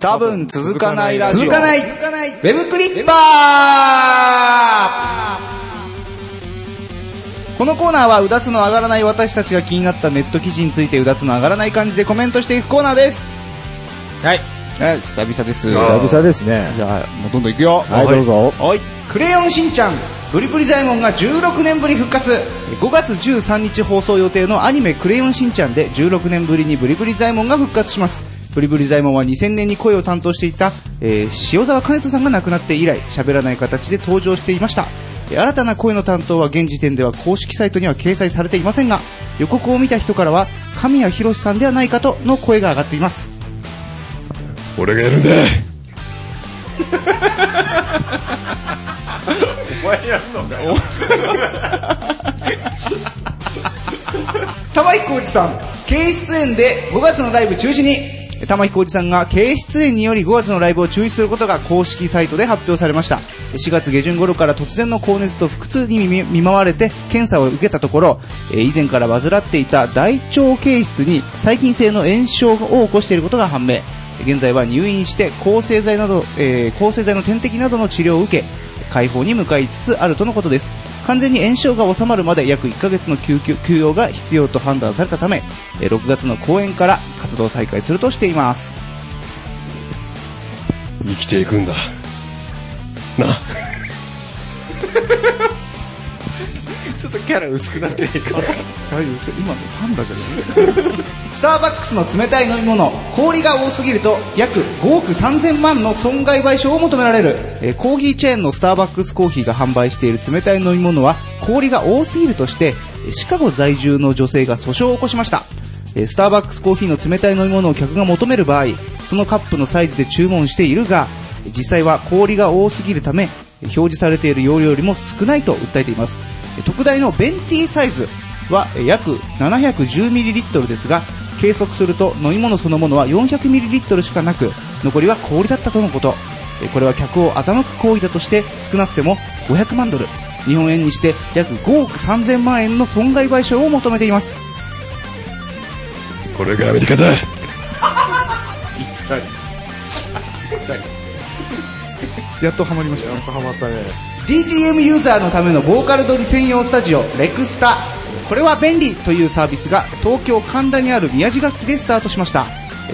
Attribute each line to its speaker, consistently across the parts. Speaker 1: 多分続かないラジオ。
Speaker 2: 続かない
Speaker 1: かない。
Speaker 2: ウェブクリッパー
Speaker 1: このコーナーはうだつの上がらない私たちが気になったネット記事についてうだつの上がらない感じでコメントしていくコーナーです。
Speaker 2: はい。
Speaker 1: はい、久々です。
Speaker 3: 久々ですね。
Speaker 1: じゃあ、もうどんどんいくよ。
Speaker 3: はい、どうぞ。
Speaker 1: はい。クレヨンしんちゃん、ブリブリザイモンが16年ぶり復活。5月13日放送予定のアニメクレヨンしんちゃんで16年ぶりにブリブリザイモンが復活します。ブリブリザイモンは2000年に声を担当していた、えー塩沢兼人さんが亡くなって以来、喋らない形で登場していました。えー新たな声の担当は現時点では公式サイトには掲載されていませんが、予告を見た人からは、神谷博さんではないかとの声が上がっています。
Speaker 4: 俺がやるんだ
Speaker 1: 玉井浩二さん、経出演で5月のライブ中止に。玉井浩二さんが経出演により5月のライブを中止することが公式サイトで発表されました。4月下旬頃から突然の高熱と腹痛に見見舞われて検査を受けたところ、えー以前から患っていた大腸憩室に細菌性の炎症を起こしていることが判明。現在は入院して抗生剤など、えー抗生剤の点滴などの治療を受け、解放に向かいつつあるとのことです完全に炎症が治まるまで約1ヶ月の休休休養が必要と判断されたためえー6月の公演から活動再開するとしています
Speaker 4: 生きていくんだな
Speaker 2: ちょっとキャラ薄くなっていいか。
Speaker 1: 大丈夫です今のパンダじゃないスターバックスの冷たい飲み物氷が多すぎると約5億3000万の損害賠償を求められる、えーコーヒーチェーンのスターバックスコーヒーが販売している冷たい飲み物は氷が多すぎるとしてえーシカゴ在住の女性が訴訟を起こしましたえースターバックスコーヒーの冷たい飲み物を客が求める場合そのカップのサイズで注文しているが実際は氷が多すぎるため表示されている容量よりも少ないと訴えていますえー特大のベンティーサイズはえー約 710ml ですが計測すると飲み物そのものは 400ml しかなく残りは氷だったとのことえーこれは客を欺く行為だとして少なくても500万ドル日本円にして約5億3000万円の損害賠償を求めています
Speaker 4: これがアメリカだ
Speaker 1: やっとハマりました
Speaker 3: ハマったね。
Speaker 1: DTM ユーザーのためのボーカル撮り専用スタジオレクスタこれは便利というサービスが東京神田にある宮地楽器でスタートしました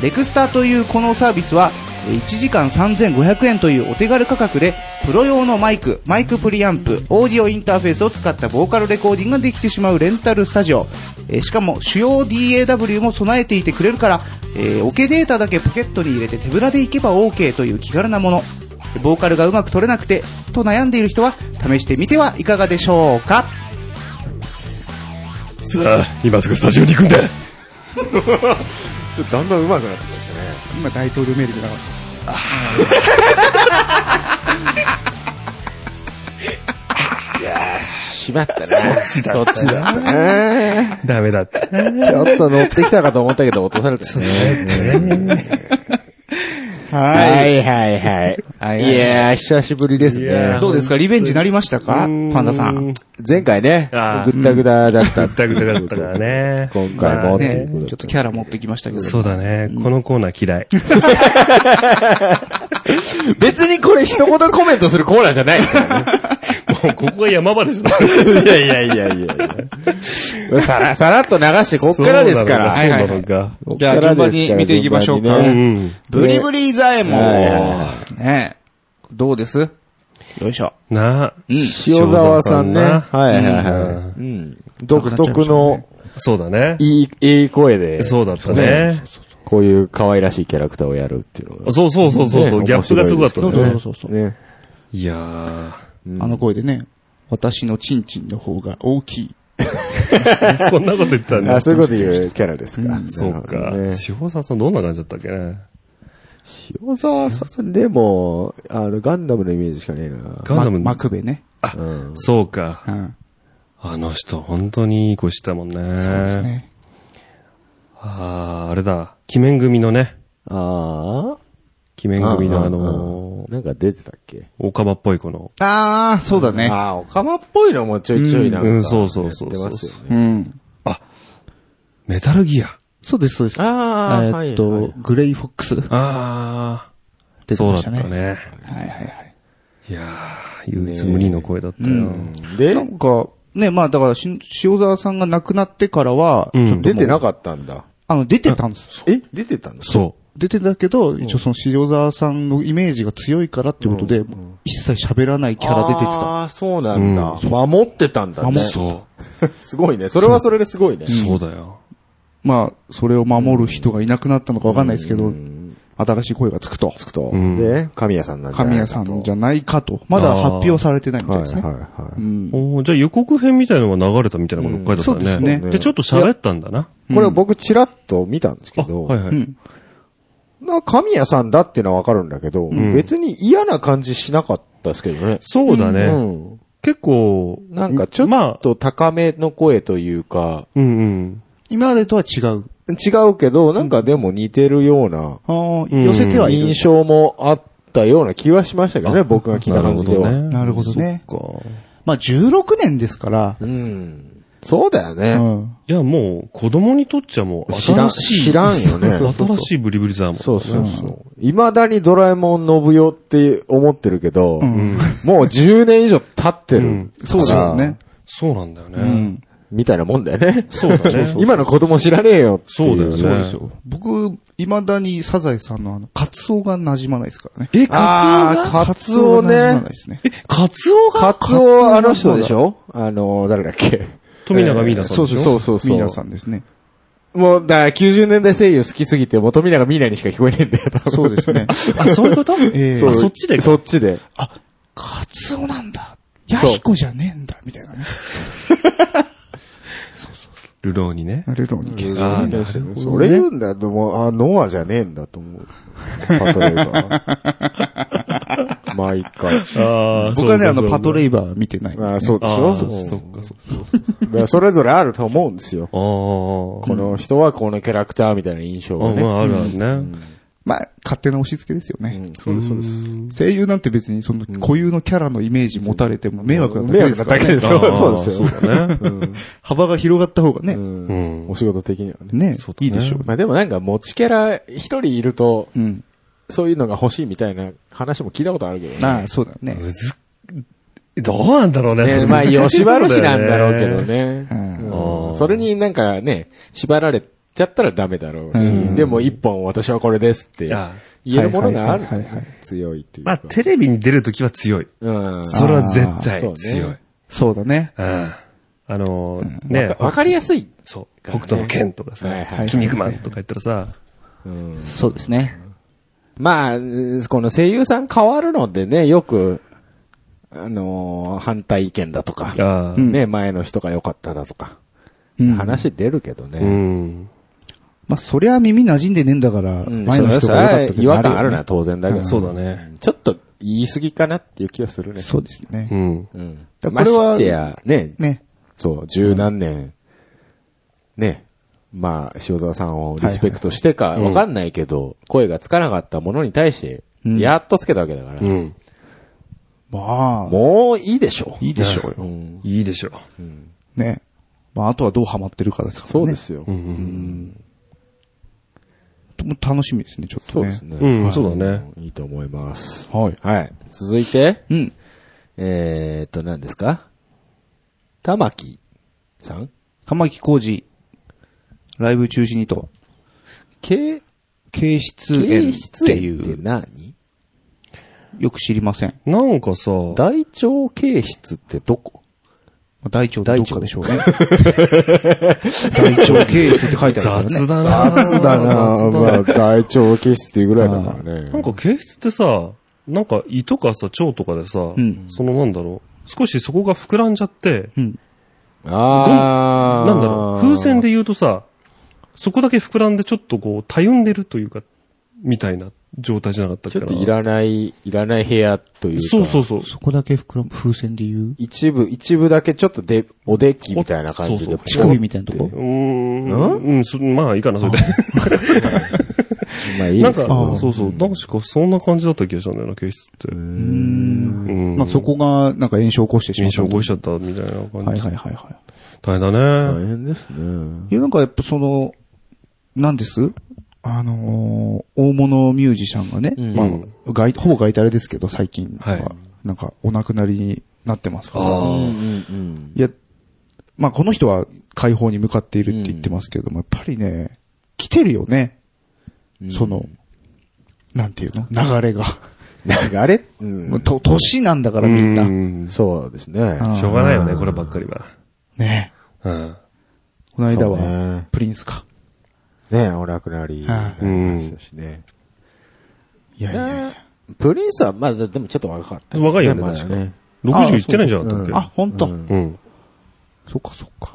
Speaker 1: レクスタというこのサービスは1時間3500円というお手軽価格でプロ用のマイク、マイクプリアンプ、オーディオインターフェースを使ったボーカルレコーディングができてしまうレンタルスタジオえーしかも主要 DAW も備えていてくれるから、えーオケデータだけポケットに入れて手ぶらでいけば OK という気軽なものボーカルがうまく取れなくてと悩んでいる人は試してみてはいかがでしょうか
Speaker 4: さあ今すぐスタジオに行くんだ
Speaker 3: ちょっとだんだん上手くなってき
Speaker 1: 今大統領メールじゃなかっ
Speaker 2: しまったな。そっちだ。そっちだ。
Speaker 3: たね。
Speaker 2: ダメだった。
Speaker 3: ちょっと乗ってきたかと思ったけど落とされたね。
Speaker 1: た
Speaker 3: はいはいはい。
Speaker 1: はい
Speaker 3: いやー、久しぶりですね。
Speaker 1: どうですかリベンジなりましたかパンダさん。
Speaker 3: 前回ね
Speaker 2: あ、ー
Speaker 3: ぐったぐだだった。
Speaker 4: ぐたぐただったからね
Speaker 3: 今回もっていう
Speaker 1: ね
Speaker 3: こ、と
Speaker 1: ちょっ
Speaker 3: で
Speaker 1: とキャラ持ってきましたけど。
Speaker 4: そうだねこのコーナー嫌い
Speaker 3: 別にこれ一言コメントするコーナーじゃないですからね。
Speaker 4: も うここが山場でしょ
Speaker 3: いやいやいやいやいや。さら、さらっと流して、こっからですから。
Speaker 1: はいはいはい
Speaker 4: そうなのか
Speaker 3: こっ
Speaker 1: じゃあ
Speaker 3: か
Speaker 1: 順
Speaker 3: らですから
Speaker 1: 番に見ていきましょうか。
Speaker 3: 順番にね
Speaker 4: ん
Speaker 1: ブリブリザエモ
Speaker 3: はいは
Speaker 1: ン。ねどうですよいしょ。
Speaker 4: なあ
Speaker 1: うん。
Speaker 3: 塩沢さんね。
Speaker 4: 塩
Speaker 3: は
Speaker 4: 沢さんな
Speaker 3: いはいはい。
Speaker 4: う
Speaker 3: うん独特の、
Speaker 4: そうだね
Speaker 3: いい、いい声で、
Speaker 4: そうだったね
Speaker 3: こういう可愛らしいキャラクターをやるっていうのが。
Speaker 4: そうそうそうそうそう
Speaker 3: ね
Speaker 4: ギャップがすごかった
Speaker 1: そ
Speaker 4: ん
Speaker 1: う
Speaker 4: だよ
Speaker 1: そ
Speaker 4: ね
Speaker 1: うそうそう。
Speaker 3: ね。
Speaker 4: いやー
Speaker 1: あの声でね、私のチンチンの方が大きい。
Speaker 4: そんなこと言ってたん
Speaker 3: あ、
Speaker 4: だ
Speaker 3: そういうこと言うキャラですか。
Speaker 4: そう
Speaker 3: な
Speaker 4: か
Speaker 3: るほどね
Speaker 4: 塩沢さんどんな感じだったっけね
Speaker 3: 塩沢さん、でも、あの、ガンダムのイメージしかねえな。
Speaker 4: ガンダム
Speaker 1: まマクベね。
Speaker 3: うん。
Speaker 4: そうか
Speaker 1: うん。
Speaker 4: あの人本当にいい子したもんね
Speaker 1: そうですね。
Speaker 4: ああ、あれだ。鬼面組のね。
Speaker 3: あ
Speaker 4: 鬼
Speaker 3: ー
Speaker 4: 面組のあ
Speaker 3: うんう
Speaker 4: の
Speaker 3: んなんか出てたっけ
Speaker 4: ー、オカマっぽい子の。
Speaker 1: あー、そうだね。
Speaker 3: ああ、オカマっぽいのもちょいちょいなんか。
Speaker 4: うんうんそうそうそう
Speaker 3: やってますよね。
Speaker 1: うん。
Speaker 4: メタルギア。
Speaker 1: そうです、そうです。
Speaker 3: ああ、
Speaker 1: えーっと、グレイフォックス。
Speaker 4: ああ。
Speaker 1: 出て
Speaker 4: そう
Speaker 1: ま
Speaker 4: だ
Speaker 1: し
Speaker 4: った
Speaker 1: ね。
Speaker 4: たね。
Speaker 1: はいはいはい。
Speaker 4: いやー、唯一無二の声だったよ。
Speaker 3: で
Speaker 1: な、んか、ね、まあだからし、塩沢さんが亡くなってからは、
Speaker 4: うん
Speaker 1: ちょっともう
Speaker 3: 出てなかったんだ。
Speaker 1: あの、出てたんです。
Speaker 3: え出てたんだ
Speaker 4: そ
Speaker 1: 出てたけど、一応その塩沢さんのイメージが強いからっていうことで、一切喋らないキャラ出てた。
Speaker 3: ああ、そうなんだ。守ってたんだ
Speaker 4: う。
Speaker 3: ね。
Speaker 4: そ
Speaker 3: すごいね。それはそれですごいね
Speaker 4: う。。そうだよ。
Speaker 1: まあ、それを守る人がいなくなったのかわかんないですけど、
Speaker 3: ん
Speaker 1: 新しい声がつくと。
Speaker 3: つくと。
Speaker 4: うん
Speaker 3: で、神谷さんなんじゃな
Speaker 1: 神谷
Speaker 3: いか
Speaker 1: さ
Speaker 3: と
Speaker 1: んじゃないかと。まだ発表されてないみたいですね。
Speaker 3: はいはいはい。
Speaker 1: うん
Speaker 4: おーじゃあ予告編みたいのが流れたみたいなこと書いてあったね。
Speaker 1: うんそうですね
Speaker 4: じゃあちょっと喋ったんだな。
Speaker 3: これを僕チラッと見たんですけ
Speaker 4: あ、
Speaker 3: ど、
Speaker 4: はいは
Speaker 1: う
Speaker 4: い。
Speaker 1: ん
Speaker 3: な神谷さんだっていうのはわかるんだけど、
Speaker 4: ん
Speaker 3: 別に嫌な感じしなかったですけどね。
Speaker 4: そうだ
Speaker 3: う
Speaker 4: ね。
Speaker 3: ん。
Speaker 4: 結構、
Speaker 3: なんかちょ
Speaker 4: ま
Speaker 3: っ
Speaker 4: あ、
Speaker 3: と高めの声というか、
Speaker 4: うんうん。
Speaker 1: 今までとは違う。
Speaker 3: 違うけど、なんかでも似てるような
Speaker 1: ああ、
Speaker 4: うん
Speaker 1: 寄せてはいる。
Speaker 3: 印象もあったような気はしましたけどね、
Speaker 4: あ
Speaker 3: 僕が聞いた
Speaker 4: なる
Speaker 3: 感
Speaker 4: ほ
Speaker 3: じで
Speaker 4: どね
Speaker 3: は。。
Speaker 1: なるほどね
Speaker 4: そっか。
Speaker 1: まあ16年ですから、
Speaker 3: うん。そうだよ
Speaker 1: う
Speaker 3: ね。
Speaker 1: ん。
Speaker 4: いや、もう、子供にとっちゃもう、
Speaker 3: 知
Speaker 4: 新
Speaker 3: らん
Speaker 4: しい。
Speaker 3: 知らんよね
Speaker 4: そうそうそう新しいブリブリザーもん。
Speaker 3: そうそうそう。未だにドラえもん信代って思ってるけど、
Speaker 4: うん。
Speaker 3: もう10年以上経って
Speaker 4: う
Speaker 3: る
Speaker 4: ん。
Speaker 1: そうですよね。。
Speaker 4: そうなんだよね。
Speaker 1: うん。
Speaker 3: みたいなもんだよね。
Speaker 4: そうだね。
Speaker 3: 今の子供知らねえよってい
Speaker 4: そうだよね。
Speaker 1: そうですよ。僕、未だにサザエさんのあの、カツオが馴染まないですからね。
Speaker 4: え、
Speaker 3: あ
Speaker 4: カツオが
Speaker 3: ーカツオ
Speaker 1: カ馴染まない
Speaker 3: ね
Speaker 1: で。すね。
Speaker 4: え、カツオが
Speaker 3: カツオ、あの人でしょあの、誰だっけ
Speaker 4: 富永美奈さん
Speaker 3: そう
Speaker 4: でしょ
Speaker 3: そうそうそうそう。
Speaker 1: ミナさんですね。
Speaker 3: もう、だから90年代声優好きすぎて、もう富永美奈にしか聞こえねえんだよ。多分
Speaker 1: そうですね。
Speaker 4: あ、そういうこと
Speaker 1: ええ
Speaker 3: う
Speaker 4: あ、そっちで
Speaker 3: そっちで。
Speaker 1: あ、カツオなんだ。ヤヒコじゃねえんだ、みたいなね。
Speaker 4: ルローにね。
Speaker 1: なれるのに。
Speaker 4: ああ、なるほど。
Speaker 3: それ言うんだともう、あ、ノアじゃねえんだと思う。例えば。毎回。
Speaker 4: あー
Speaker 1: 僕はね、あの、パト
Speaker 4: イ
Speaker 1: レイバー見てない。
Speaker 3: あそうでし
Speaker 4: あ
Speaker 3: ょ
Speaker 4: あ、そ
Speaker 3: うん
Speaker 4: っかそっか。
Speaker 3: だからそれぞれあると思うんですよ。
Speaker 4: ああ。
Speaker 3: この人はこのキャラクターみたいな印象が
Speaker 4: うん
Speaker 3: ね。
Speaker 4: まあ、あるあるね。
Speaker 1: まあ、勝手な押し付けですよね。
Speaker 3: うんそうです、そうです。
Speaker 1: 声優なんて別にその固有のキャラのイメージ持たれても迷惑なだ
Speaker 3: 迷
Speaker 1: けで
Speaker 3: 惑
Speaker 1: す
Speaker 3: な
Speaker 1: か
Speaker 3: だ
Speaker 1: ら
Speaker 3: けで
Speaker 1: ね。
Speaker 3: す。
Speaker 4: あ
Speaker 3: そ
Speaker 4: ー
Speaker 3: うそうですよ。
Speaker 4: そうだね。
Speaker 1: 幅が広がった方がね、
Speaker 3: うん
Speaker 4: うん
Speaker 3: お仕事的にはね。
Speaker 1: ね
Speaker 4: そう、だね
Speaker 1: いいでしょう。
Speaker 3: まあでもなんか持ちキャラ一人いると、
Speaker 1: うん。
Speaker 3: そういうのが欲しいみたいな話も聞いたことあるけど
Speaker 1: あ
Speaker 3: ね
Speaker 1: あ、。そうだね。
Speaker 4: むずっ どうなんだろうね。
Speaker 3: ねまあ、吉原氏なんだろうけど。ね。
Speaker 1: うん
Speaker 3: う
Speaker 4: あー
Speaker 3: んそれになんかね、縛られちゃったらダメだろうし、でも一本私はこれですって
Speaker 4: あー
Speaker 3: 言えるものがある
Speaker 1: はいはいはいはい。
Speaker 3: 強いっていう
Speaker 4: ま
Speaker 3: か
Speaker 4: あ、。テレビに出るときは強い。
Speaker 3: うん
Speaker 4: それは絶対
Speaker 3: あーそうね
Speaker 4: 強い。うん
Speaker 1: そうだね。
Speaker 4: あのー、ね、
Speaker 3: わかりやすい。
Speaker 4: そう、北斗の剣とかさ
Speaker 3: はいはいは、い
Speaker 4: 筋肉マンとか言ったらさ、
Speaker 3: うん
Speaker 1: そうですね。
Speaker 3: まあ、この声優さん変わるのでね、よく、あのー反対意見だとか、
Speaker 4: ああ、
Speaker 1: ん
Speaker 3: ね、前の人が良かっただとか、
Speaker 1: うん
Speaker 3: 話出るけど
Speaker 4: う
Speaker 3: ね。
Speaker 4: ん。
Speaker 1: まあ、そりゃ耳馴染んでねえんだから、
Speaker 3: うん
Speaker 1: 前の人が良かった
Speaker 3: それは違和感あるな、
Speaker 1: と。
Speaker 3: 当然だけど。
Speaker 4: そうだね。
Speaker 3: ちょっと言い過ぎかなっていう気はするね。
Speaker 1: そうですね
Speaker 4: う。ん。
Speaker 3: うん。
Speaker 1: だか
Speaker 3: ま
Speaker 1: らこれは
Speaker 3: してや、ね、
Speaker 1: ね。
Speaker 3: そう、十何年、ね、まあ、塩沢さんをリスペクトしてか、
Speaker 4: いはい
Speaker 3: わかんないけど、声がつかなかったものに対して、
Speaker 1: うん
Speaker 3: やっとつけたわけだから
Speaker 4: う、ん。
Speaker 1: まあ、
Speaker 3: もういいでしょ。
Speaker 1: いいでしょう
Speaker 3: う
Speaker 1: よ。
Speaker 3: ん
Speaker 4: いいでしょ
Speaker 1: ね。まあ、あとはどうハマってるかですからね。
Speaker 3: そうで。すよ
Speaker 4: う。。うん。
Speaker 1: 楽しみですね、ちょっとね。
Speaker 3: そうですね。
Speaker 4: うん
Speaker 3: はい
Speaker 4: そうだね。
Speaker 3: いいと思います。
Speaker 1: はい。
Speaker 3: はい。続いて、
Speaker 1: うん。
Speaker 3: えーっと、何ですか玉木さん
Speaker 1: 玉木浩二、ライブ中止にと、
Speaker 3: 経、
Speaker 1: 軽出演って
Speaker 3: 経出演っ
Speaker 1: い
Speaker 3: て
Speaker 1: う、
Speaker 3: 何
Speaker 1: よく知りません。
Speaker 4: なんかさ、
Speaker 3: 大腸経出ってどこ
Speaker 1: まあ大腸どっかでしょうね。大腸軽出って書いてあるからね。
Speaker 4: 雑だな雑
Speaker 3: だなまあ、大腸経出っていうぐらいだからね。
Speaker 4: なんか形質ってさ、なんか胃とかさ、腸とかでさ、
Speaker 1: ん
Speaker 4: そのなんだろう、少しそこが膨らんじゃって、
Speaker 1: うん。
Speaker 3: あー
Speaker 4: なんだろう、風船で言うとさ、そこだけ膨らんでちょっとこう、たゆんでるというか、みたいな状態じゃなかったっ
Speaker 3: ち
Speaker 4: け
Speaker 3: ょっ
Speaker 4: な。
Speaker 3: といらない、いらない部屋というか。
Speaker 4: そうそうそう。
Speaker 1: そこだけ膨らむ、風船で言う
Speaker 3: 一部、一部だけちょっとで、おできみたいな感じ
Speaker 4: そ
Speaker 3: で
Speaker 4: うそう。
Speaker 1: 乳首みたいなとこ
Speaker 4: うーん。うん、そまあいいかな、それで。
Speaker 3: まあいい
Speaker 4: なん
Speaker 3: です
Speaker 4: か
Speaker 3: けど。、
Speaker 4: そうそう、確かそんな感じだった気がしたんだよな、形質って。うん
Speaker 1: まあそこが、なんか炎症を起こしてしま
Speaker 4: 印
Speaker 1: っ
Speaker 4: 象
Speaker 1: た。
Speaker 4: 起こしちゃったみたいな感
Speaker 1: はい
Speaker 4: じ。
Speaker 1: はいはいは
Speaker 4: 大変だね。
Speaker 3: 変ですね。
Speaker 1: い。いやなんかやっぱその、なんですあのー大物ミュージシャンがね、
Speaker 3: うん
Speaker 1: まあ、外ほぼ外タレですけど、最近は、
Speaker 4: はい
Speaker 1: なんか、お亡くなりになってますから、
Speaker 2: あ
Speaker 3: うん
Speaker 2: ー
Speaker 3: うん
Speaker 1: いや、まあ、この人は解放に向かっているって言ってますけれども、やっぱりね、来てるよね、
Speaker 3: うん
Speaker 1: その、、なんていうの流れが。
Speaker 3: 流れう。
Speaker 1: もうんと、年なんだからみんな。
Speaker 4: んし
Speaker 3: そうですね。
Speaker 1: あ
Speaker 4: ょうがないよね、こればっかりは。
Speaker 1: ね
Speaker 4: うん。
Speaker 1: この間
Speaker 3: そう
Speaker 1: は、
Speaker 3: ね
Speaker 1: プリンスか。
Speaker 3: ねお亡くなりになりましたしね。
Speaker 1: いやいやいや。
Speaker 3: プリンスはまだでもちょっと若かった。
Speaker 4: 若いよね
Speaker 3: まだ
Speaker 4: 確か60いってないんじゃなかったっけ
Speaker 3: うん
Speaker 1: あ、ほんと。
Speaker 3: うん
Speaker 4: うん。
Speaker 1: そっかそっか。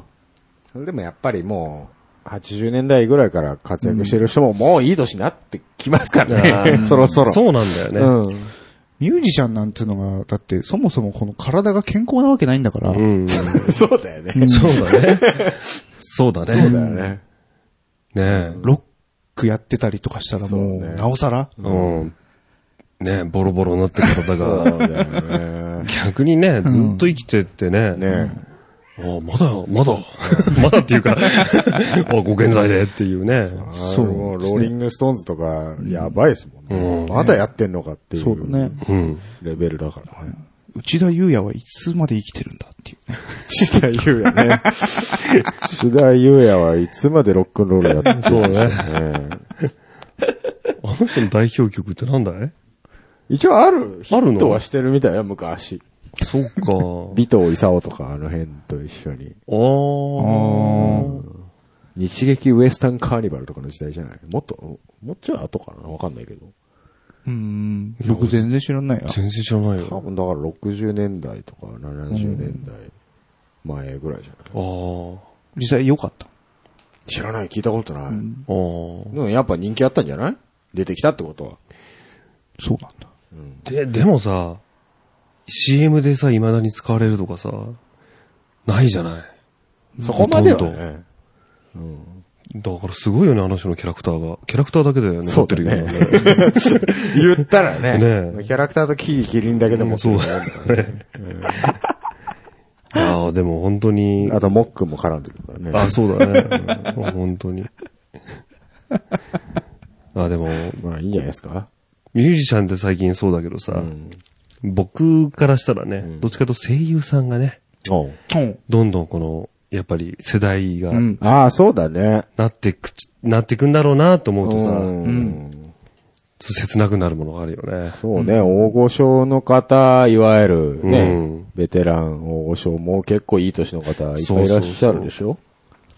Speaker 3: それでもやっぱりもう、80年代ぐらいから活躍してる人ももういい年になってきますからね。 そろそろ。
Speaker 4: そうなんだよね。
Speaker 3: うん。
Speaker 1: ミュージシャンなんていうのが、だって、そもそもこの体が健康なわけないんだから、
Speaker 4: うん。
Speaker 3: そうだよね。
Speaker 4: そうだね。そうだね。
Speaker 3: だよね。
Speaker 4: ね
Speaker 1: ロックやってたりとかしたらもう、
Speaker 3: そうね
Speaker 1: なおさら
Speaker 4: え。うん。ねえ、ボロボロになってる方
Speaker 3: そ
Speaker 4: が
Speaker 3: う、だよね。
Speaker 4: 逆にね、ずっと生きてってね。
Speaker 3: ね
Speaker 4: ああ、まだ、まだ、 まだっていうか、あご健在でっていうね。
Speaker 3: そう。もうローリングストーンズとか、やばいですもんね。まだやってんのかってい
Speaker 1: そうだね
Speaker 3: う。
Speaker 4: うん。
Speaker 3: レベルだからね。
Speaker 1: 内田優也はいつまで生きてるんだっていうね。
Speaker 3: 志田優也 ね。志田優也はいつまでロックンロールやってるんでしょう
Speaker 4: そうね
Speaker 3: ね。
Speaker 4: あの人の代表曲ってなんだい
Speaker 3: 一応ある、ヒ
Speaker 4: ある
Speaker 3: ッ
Speaker 4: の
Speaker 3: トはしてるみたいな、昔。
Speaker 4: そう か。
Speaker 3: 尾藤勲とかあの辺と一緒に。
Speaker 4: あー
Speaker 3: 日劇ウエスタンカーニバルとかの時代じゃないもっと、もうちょい後かなわかんないけど。
Speaker 1: うん。僕全然知らない
Speaker 4: 全然知らない
Speaker 3: 多
Speaker 4: よ。
Speaker 3: 分だから60年代とか70年代前ぐらいじゃ
Speaker 4: あ
Speaker 3: ない
Speaker 4: ー
Speaker 1: 実際良かった。
Speaker 3: 知らない、聞いたことない。
Speaker 4: あー。
Speaker 3: でもやっぱ人気あったんじゃない出てきたってことは。
Speaker 1: そうなんだ。
Speaker 4: で、でもさ、CM でさ、未だに使われるとかさ、ないじゃない。
Speaker 3: そこまでは
Speaker 4: ほと
Speaker 3: ね。
Speaker 4: だからすごいよね、あの人のキャラクターが。キャラクターだけで残
Speaker 3: そ
Speaker 4: っ
Speaker 3: う
Speaker 4: てる
Speaker 3: だ
Speaker 4: よね。
Speaker 3: ね。言ったらね。
Speaker 4: ねえ
Speaker 3: キャラクターとキーキリンだけでも
Speaker 4: そうだね。ああ、でも本当に。
Speaker 3: あとモックも絡んでくるからね。
Speaker 4: あ、そうだね。本当に。 あ、でも、
Speaker 3: まあいいんじゃないですか。
Speaker 4: ミュージシャンって最近そうだけどさ、
Speaker 3: うん。
Speaker 4: 僕からしたらね、
Speaker 3: ん
Speaker 4: どっちかというと声優さんがね、
Speaker 3: お
Speaker 1: う
Speaker 3: う
Speaker 1: ん。
Speaker 4: どんどんこの、やっぱり世代が
Speaker 1: うん。
Speaker 3: ああ、そうだね。
Speaker 4: なってくち、なってくんだろうなと思うとさ、
Speaker 3: うん。
Speaker 4: 切なくなるものがあるよね。
Speaker 3: そうね、大御所の方、いわゆるね、
Speaker 4: うん
Speaker 3: ベテラン、大御所も結構いい年の方、いっぱいいらっしゃるでしょ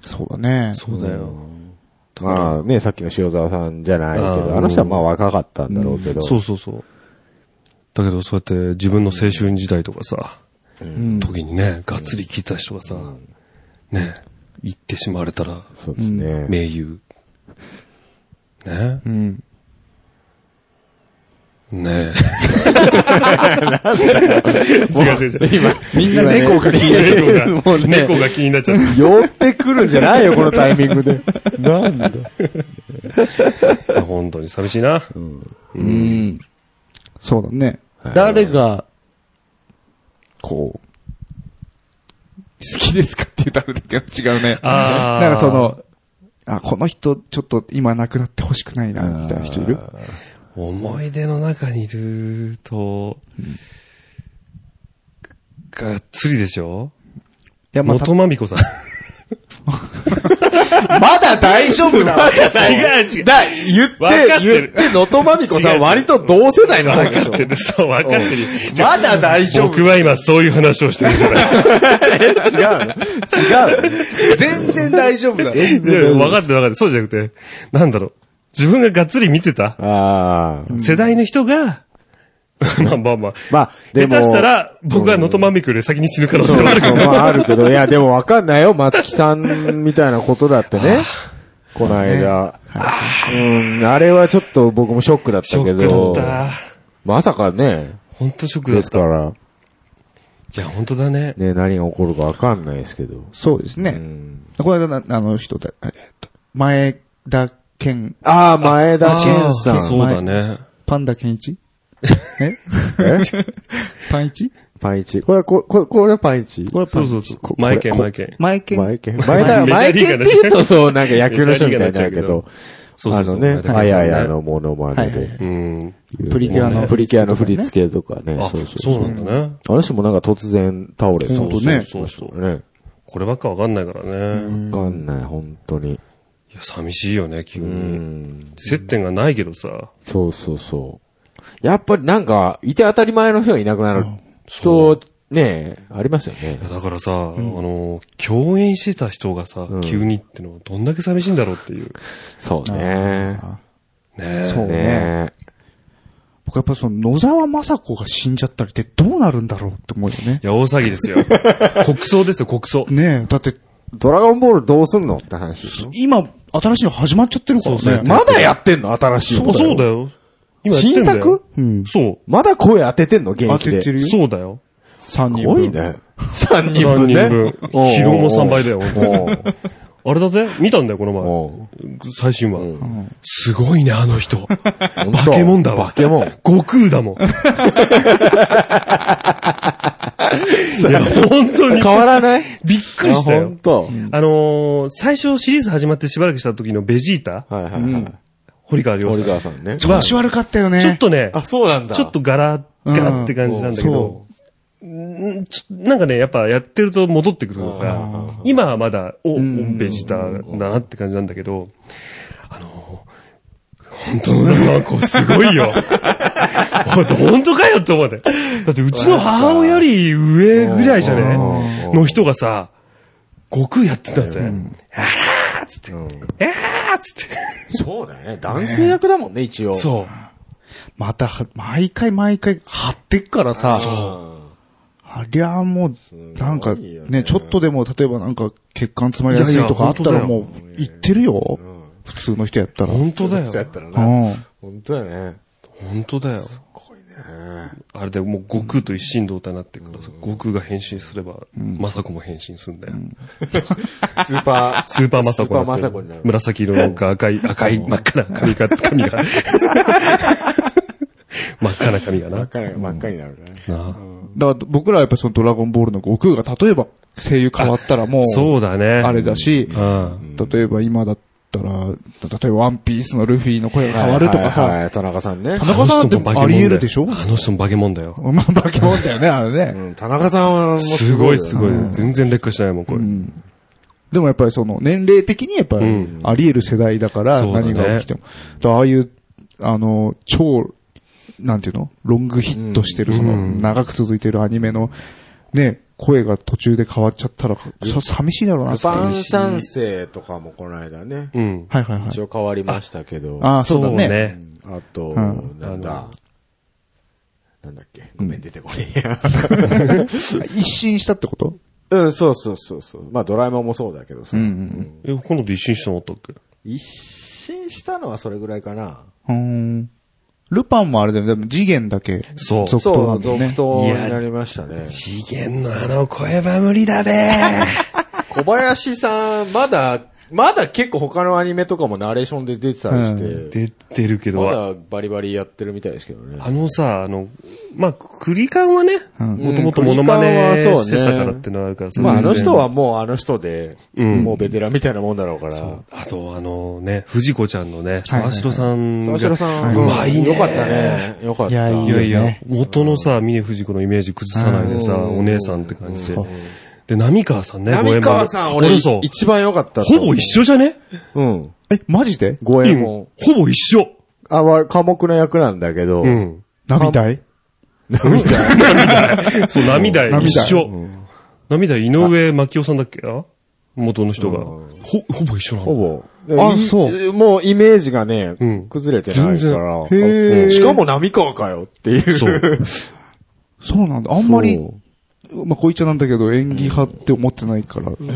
Speaker 1: そうだね。
Speaker 4: そうだよ。
Speaker 3: まあね、さっきの塩沢さんじゃないけ
Speaker 4: あ
Speaker 3: ど、
Speaker 4: ー
Speaker 3: あの人はまあ若かったんだろうけど、
Speaker 4: そうそうそう。だけどそうやって自分の青春時代とかさ、
Speaker 1: うん。
Speaker 4: 時にね、がっつり聞いた人がさ、ね、行ってしまわれたら、
Speaker 3: そうですね。
Speaker 4: 名優。ね
Speaker 1: うん。
Speaker 4: ね
Speaker 3: みんな猫が気になっちゃう。 もうね
Speaker 4: 猫が気になっちゃった。
Speaker 3: 寄ってくるんじゃな いよ、このタイミングで。なんだ。
Speaker 4: 本当に寂しいな。
Speaker 1: うん。そうだね。誰が、こう、好きですかって言ったら違うね。
Speaker 4: あー
Speaker 1: なんかその、あ、この人、ちょっと今亡くなってほしくないな、みたいな人いる
Speaker 4: 思い出の中にいると、がっつりでしょ
Speaker 1: いや、まあた
Speaker 4: 元ま みこさん。
Speaker 3: まだ大丈 夫だろ。
Speaker 4: 違う違う
Speaker 3: だ、言っ、
Speaker 4: わかってて
Speaker 3: 言
Speaker 4: る
Speaker 3: って、のとまみこさ
Speaker 4: 違うん違う
Speaker 3: 割と同世代の方
Speaker 4: 分
Speaker 3: でし
Speaker 4: か
Speaker 3: ょ
Speaker 4: ってる。そう、分かってる。
Speaker 3: まだ大丈夫。
Speaker 4: 僕は今そういう話をしてるじゃない。
Speaker 3: 違うの違うの全然大丈 夫だ全
Speaker 4: いや、分かってる分かってる。そうじゃなくて、なんだろう。自分ががっつり見てた
Speaker 3: ああ。
Speaker 4: 世代の人が、まあまあまあ。
Speaker 3: まあ、で
Speaker 4: 下
Speaker 3: も。
Speaker 4: 手したら、僕は能登まみくより先に死ぬ可能性もあるけど。
Speaker 3: まあ、あるけど、いや、でもわかんないよ。松木さんみたいなことだってね。この間。うん、あれはちょっと僕もショックだっ
Speaker 4: シ
Speaker 3: た
Speaker 4: ョ
Speaker 3: け
Speaker 4: ッ
Speaker 3: ど
Speaker 4: ク。だった。
Speaker 3: まさかね、
Speaker 4: 本当ショックだ
Speaker 3: で
Speaker 4: っ
Speaker 3: す
Speaker 4: た。
Speaker 3: か
Speaker 4: い
Speaker 3: ら、
Speaker 4: や、本当だね。
Speaker 3: ね、何が起こるかわかんないですけど。
Speaker 1: そうです
Speaker 3: う
Speaker 1: ね。
Speaker 3: ん
Speaker 1: この間な、あの人だ、えーっと、前田健、
Speaker 3: ああ、前田健
Speaker 4: あ
Speaker 3: さ
Speaker 4: ー
Speaker 3: ん。
Speaker 4: そうだね。
Speaker 1: パンダ健 一え
Speaker 3: え
Speaker 1: パン一
Speaker 3: パンイチ。これは、これ、これはパンイチ。
Speaker 4: れそうそうそう。マイケン、マイケン。
Speaker 1: 前健。
Speaker 3: 前田、
Speaker 4: メジャ
Speaker 3: 前
Speaker 4: ーリーガ
Speaker 3: 田っ
Speaker 4: ーになっ
Speaker 3: て
Speaker 4: ちゃう
Speaker 3: 言うとそう、なんか野球の人みたいになるけど、
Speaker 4: そう
Speaker 3: あ
Speaker 4: そうそ
Speaker 3: の
Speaker 4: う。
Speaker 3: ね、
Speaker 4: 前田健さん
Speaker 3: あやや。のモノマネ
Speaker 1: はいは
Speaker 3: で
Speaker 1: い。
Speaker 4: うん。
Speaker 3: 有名
Speaker 1: プリキュアの
Speaker 3: プリキュアの振り付けとかね。
Speaker 4: あ、そうなんだね。
Speaker 3: あの人もなんか突然倒れた
Speaker 1: 本当ね
Speaker 4: そうそうそう。
Speaker 3: ね。
Speaker 4: こればっかわかんないからね。
Speaker 3: わかんない、本当に。
Speaker 4: いや、寂しいよね、急
Speaker 3: う
Speaker 4: に。
Speaker 3: ん。
Speaker 4: 接点がないけどさ。
Speaker 3: そうそうそう。やっぱりなんか、いて当たり前の人がいなくなる。人、ねありますよね
Speaker 4: いや、。だからさ、あの、共演してた人がさ
Speaker 3: うん、
Speaker 4: 急にってのはどんだけ寂しいんだろうっていう。
Speaker 3: そうね。
Speaker 4: ね
Speaker 1: そうね。
Speaker 3: ね
Speaker 1: 僕やっぱその野沢雅子が死んじゃったりってどうなるんだろうって思うよね
Speaker 4: い。や、大騒ぎですよ。国葬ですよ、国葬。
Speaker 1: ねえ、だって
Speaker 3: ドラゴンボールどうすんのって話でしょ
Speaker 1: 今、新しいの始まっちゃってるから
Speaker 4: そうそ
Speaker 1: ね。
Speaker 4: う
Speaker 3: まだやってんの新しい
Speaker 4: そうそうだよ。今やってんだよ
Speaker 3: 新作
Speaker 1: うん。
Speaker 4: そ
Speaker 3: まだ声当ててんの現
Speaker 1: 当
Speaker 3: 役
Speaker 1: て
Speaker 3: で。
Speaker 1: て
Speaker 4: う。
Speaker 1: るよ。
Speaker 4: そうだよ。
Speaker 1: 三
Speaker 3: す
Speaker 1: 人
Speaker 3: ご
Speaker 1: 分
Speaker 3: い。ね。3人分
Speaker 4: 三
Speaker 3: ね。
Speaker 4: 人分。疲労も3倍だよ。
Speaker 3: よ。
Speaker 4: あれだぜ見たんだよ、この前。
Speaker 3: お
Speaker 4: 最新話、
Speaker 3: ん
Speaker 4: すごいね、あの人。バケモンだわ。
Speaker 3: バケモン。
Speaker 4: 悟空だもん。いや、本当に
Speaker 3: 変。わらない
Speaker 4: びっくりした
Speaker 3: あ
Speaker 4: よ
Speaker 3: 本。当。
Speaker 4: あのー、最初シリーズ始まってしばらくした時のベジータ、
Speaker 3: はいはいはい。
Speaker 4: 堀川亮さん。
Speaker 3: 堀川さんね。
Speaker 1: 調子悪かったよね。
Speaker 4: ちょっとね、
Speaker 3: そうなんだ
Speaker 4: ちょっとガラガラって感じなんだけど、んちょなんかね、やっぱやってると戻ってくるのが、今はまだ、お、おベジータだなって感じなんだけど、あのー、本当のザワ子すごいよ。ほんと本当かよって思って。だってうちの母親より上ぐらいじゃね
Speaker 3: うん
Speaker 4: の人がさ、悟空やってたぜ。あらーっつって、えーっつって。
Speaker 3: そうだよね。男性役だもんね、一応。
Speaker 4: そう。
Speaker 1: または、毎回毎回張ってっからさ。ありゃあもう、なんか
Speaker 3: すごいよ
Speaker 1: ね
Speaker 3: ね
Speaker 1: ちょっとでも、例えばなんか血管詰まりやす
Speaker 4: いや
Speaker 1: い
Speaker 4: いや
Speaker 1: とかあったらも
Speaker 4: 本
Speaker 1: う、言ってるよ。普通の人やったら。
Speaker 4: 本当だ
Speaker 3: そうや
Speaker 4: よ
Speaker 3: っ。たら
Speaker 1: う
Speaker 3: な。
Speaker 1: ん。
Speaker 3: 本当だよね。
Speaker 4: 本当だよ。あれでもう悟空と一心同体になってくるからさ、悟空が変身すれば、政子も変身するんだよ。
Speaker 3: ス ーパー。
Speaker 4: スーパー政子
Speaker 3: スーパーマサコに
Speaker 4: にな
Speaker 3: なる
Speaker 4: って紫色の赤い、赤い、真っ赤な髪が、髪が。真っ赤な髪がな。
Speaker 3: 真っ
Speaker 4: な
Speaker 3: 赤に真っ赤になるね。
Speaker 4: あ
Speaker 1: だから僕らはやっぱりそのドラゴンボールの悟空が例えば声優変わったらもう、
Speaker 4: そうだね。
Speaker 1: あれだし、
Speaker 4: うん。
Speaker 1: 例えば今だったら、例えばワンピースのルフィの声が変わるとか
Speaker 3: はいはい
Speaker 1: さ、
Speaker 3: はい。田中さんね
Speaker 1: 田。中さんだってあり得るでしょ
Speaker 4: あの人も化け物だよ。
Speaker 1: まあ、化け物だよね、あれね。
Speaker 3: うん田中さんはもう
Speaker 4: すごいすごい
Speaker 3: よね。。
Speaker 4: 全然劣化しないもん、これ。
Speaker 1: でもやっぱりその年齢的にやっぱ
Speaker 4: う
Speaker 1: り
Speaker 4: ん
Speaker 1: あり得る世代だから
Speaker 4: そうだね
Speaker 1: 何が起きても。だからああいう、あの、超、なんていうのロングヒットしてる、その長く続いてるアニメの、ね、声が途中で変わっちゃったら、さ寂しいだろうな
Speaker 3: ル
Speaker 1: って。
Speaker 3: パン三
Speaker 1: は
Speaker 3: 世とかもこの間ね。
Speaker 4: うん。
Speaker 1: いはいはい
Speaker 3: 一。応変わりましたけど。
Speaker 1: ああ、そうだ
Speaker 4: そう
Speaker 1: ね。
Speaker 4: ね。
Speaker 3: あと、
Speaker 1: う
Speaker 3: なん
Speaker 4: あ
Speaker 3: だ
Speaker 4: の。
Speaker 3: なんだっけごめん、出てこ ね
Speaker 1: 一新したってこと
Speaker 3: えや。うん、そうそうそうそう。まあ、ドラえもんもそうだけどさ。
Speaker 1: ん
Speaker 4: え、今度一心したのあったっけ
Speaker 3: 一新したのはそれぐらいかな。
Speaker 1: うん。うん。ルパンもあれだよね。でも次元だけ
Speaker 4: そう
Speaker 1: 続投なんだ
Speaker 3: そ
Speaker 1: よ
Speaker 3: う、続
Speaker 1: ね。
Speaker 3: 投になりましたね。
Speaker 4: 次元のあの声は無理だべ
Speaker 3: 小林さん、まだ、まだ結構他のアニメとかもナレーションで出てたりして、
Speaker 4: 出てるけど、
Speaker 3: まだバリバリやってるみたいですけどね。
Speaker 4: あのさ、あの、まあ、クリカンはね、
Speaker 1: うん
Speaker 4: もともとモノマネしてたからってのはあるからさ、
Speaker 3: まあ、あの人
Speaker 4: は、
Speaker 3: はもうあの人で、
Speaker 4: うん
Speaker 3: もうベテランみたいなもんだろうから。
Speaker 4: あと、あのね、藤子ちゃんのね、沢城さんが、
Speaker 3: 沢城さん、
Speaker 4: うまいね。
Speaker 3: よかった。ね。よかった。
Speaker 1: いやい
Speaker 4: いやい
Speaker 1: いい
Speaker 4: や
Speaker 1: ね、
Speaker 4: 元のさ、峰藤子のイメージ崩さないでさ、
Speaker 3: うん
Speaker 4: お姉さんって感じで
Speaker 1: うん。
Speaker 4: で、波川さんね、
Speaker 3: 浪川さん、
Speaker 4: 五右衛門
Speaker 3: 俺、
Speaker 4: そう
Speaker 3: 一番良かったと
Speaker 4: ほ
Speaker 3: 思う。
Speaker 4: ぼ一緒じゃね
Speaker 3: うん。
Speaker 1: え、マジで
Speaker 3: 五
Speaker 4: う
Speaker 3: 右衛
Speaker 4: ん
Speaker 3: 門
Speaker 4: ほ。ぼ一緒。
Speaker 3: あ、わ、寡黙な役なんだけど、
Speaker 4: うん。
Speaker 1: 涙い
Speaker 4: そう、涙
Speaker 1: 涙
Speaker 4: 一緒。涙、井上真紀夫さんだっけな元の人が。ほ、ほぼ一緒な
Speaker 3: ほ
Speaker 4: の。
Speaker 3: ぼ。
Speaker 1: あ
Speaker 3: い
Speaker 1: そう
Speaker 3: もうイメージがね、
Speaker 4: うん
Speaker 3: 崩れてないから。
Speaker 1: 全然へー
Speaker 3: うんしかも波川かよっていう。
Speaker 4: そう。
Speaker 1: そうなんだ。あんまり
Speaker 3: そう
Speaker 1: まあ、こいちゃなんだけど、演技派って思ってないから。そうな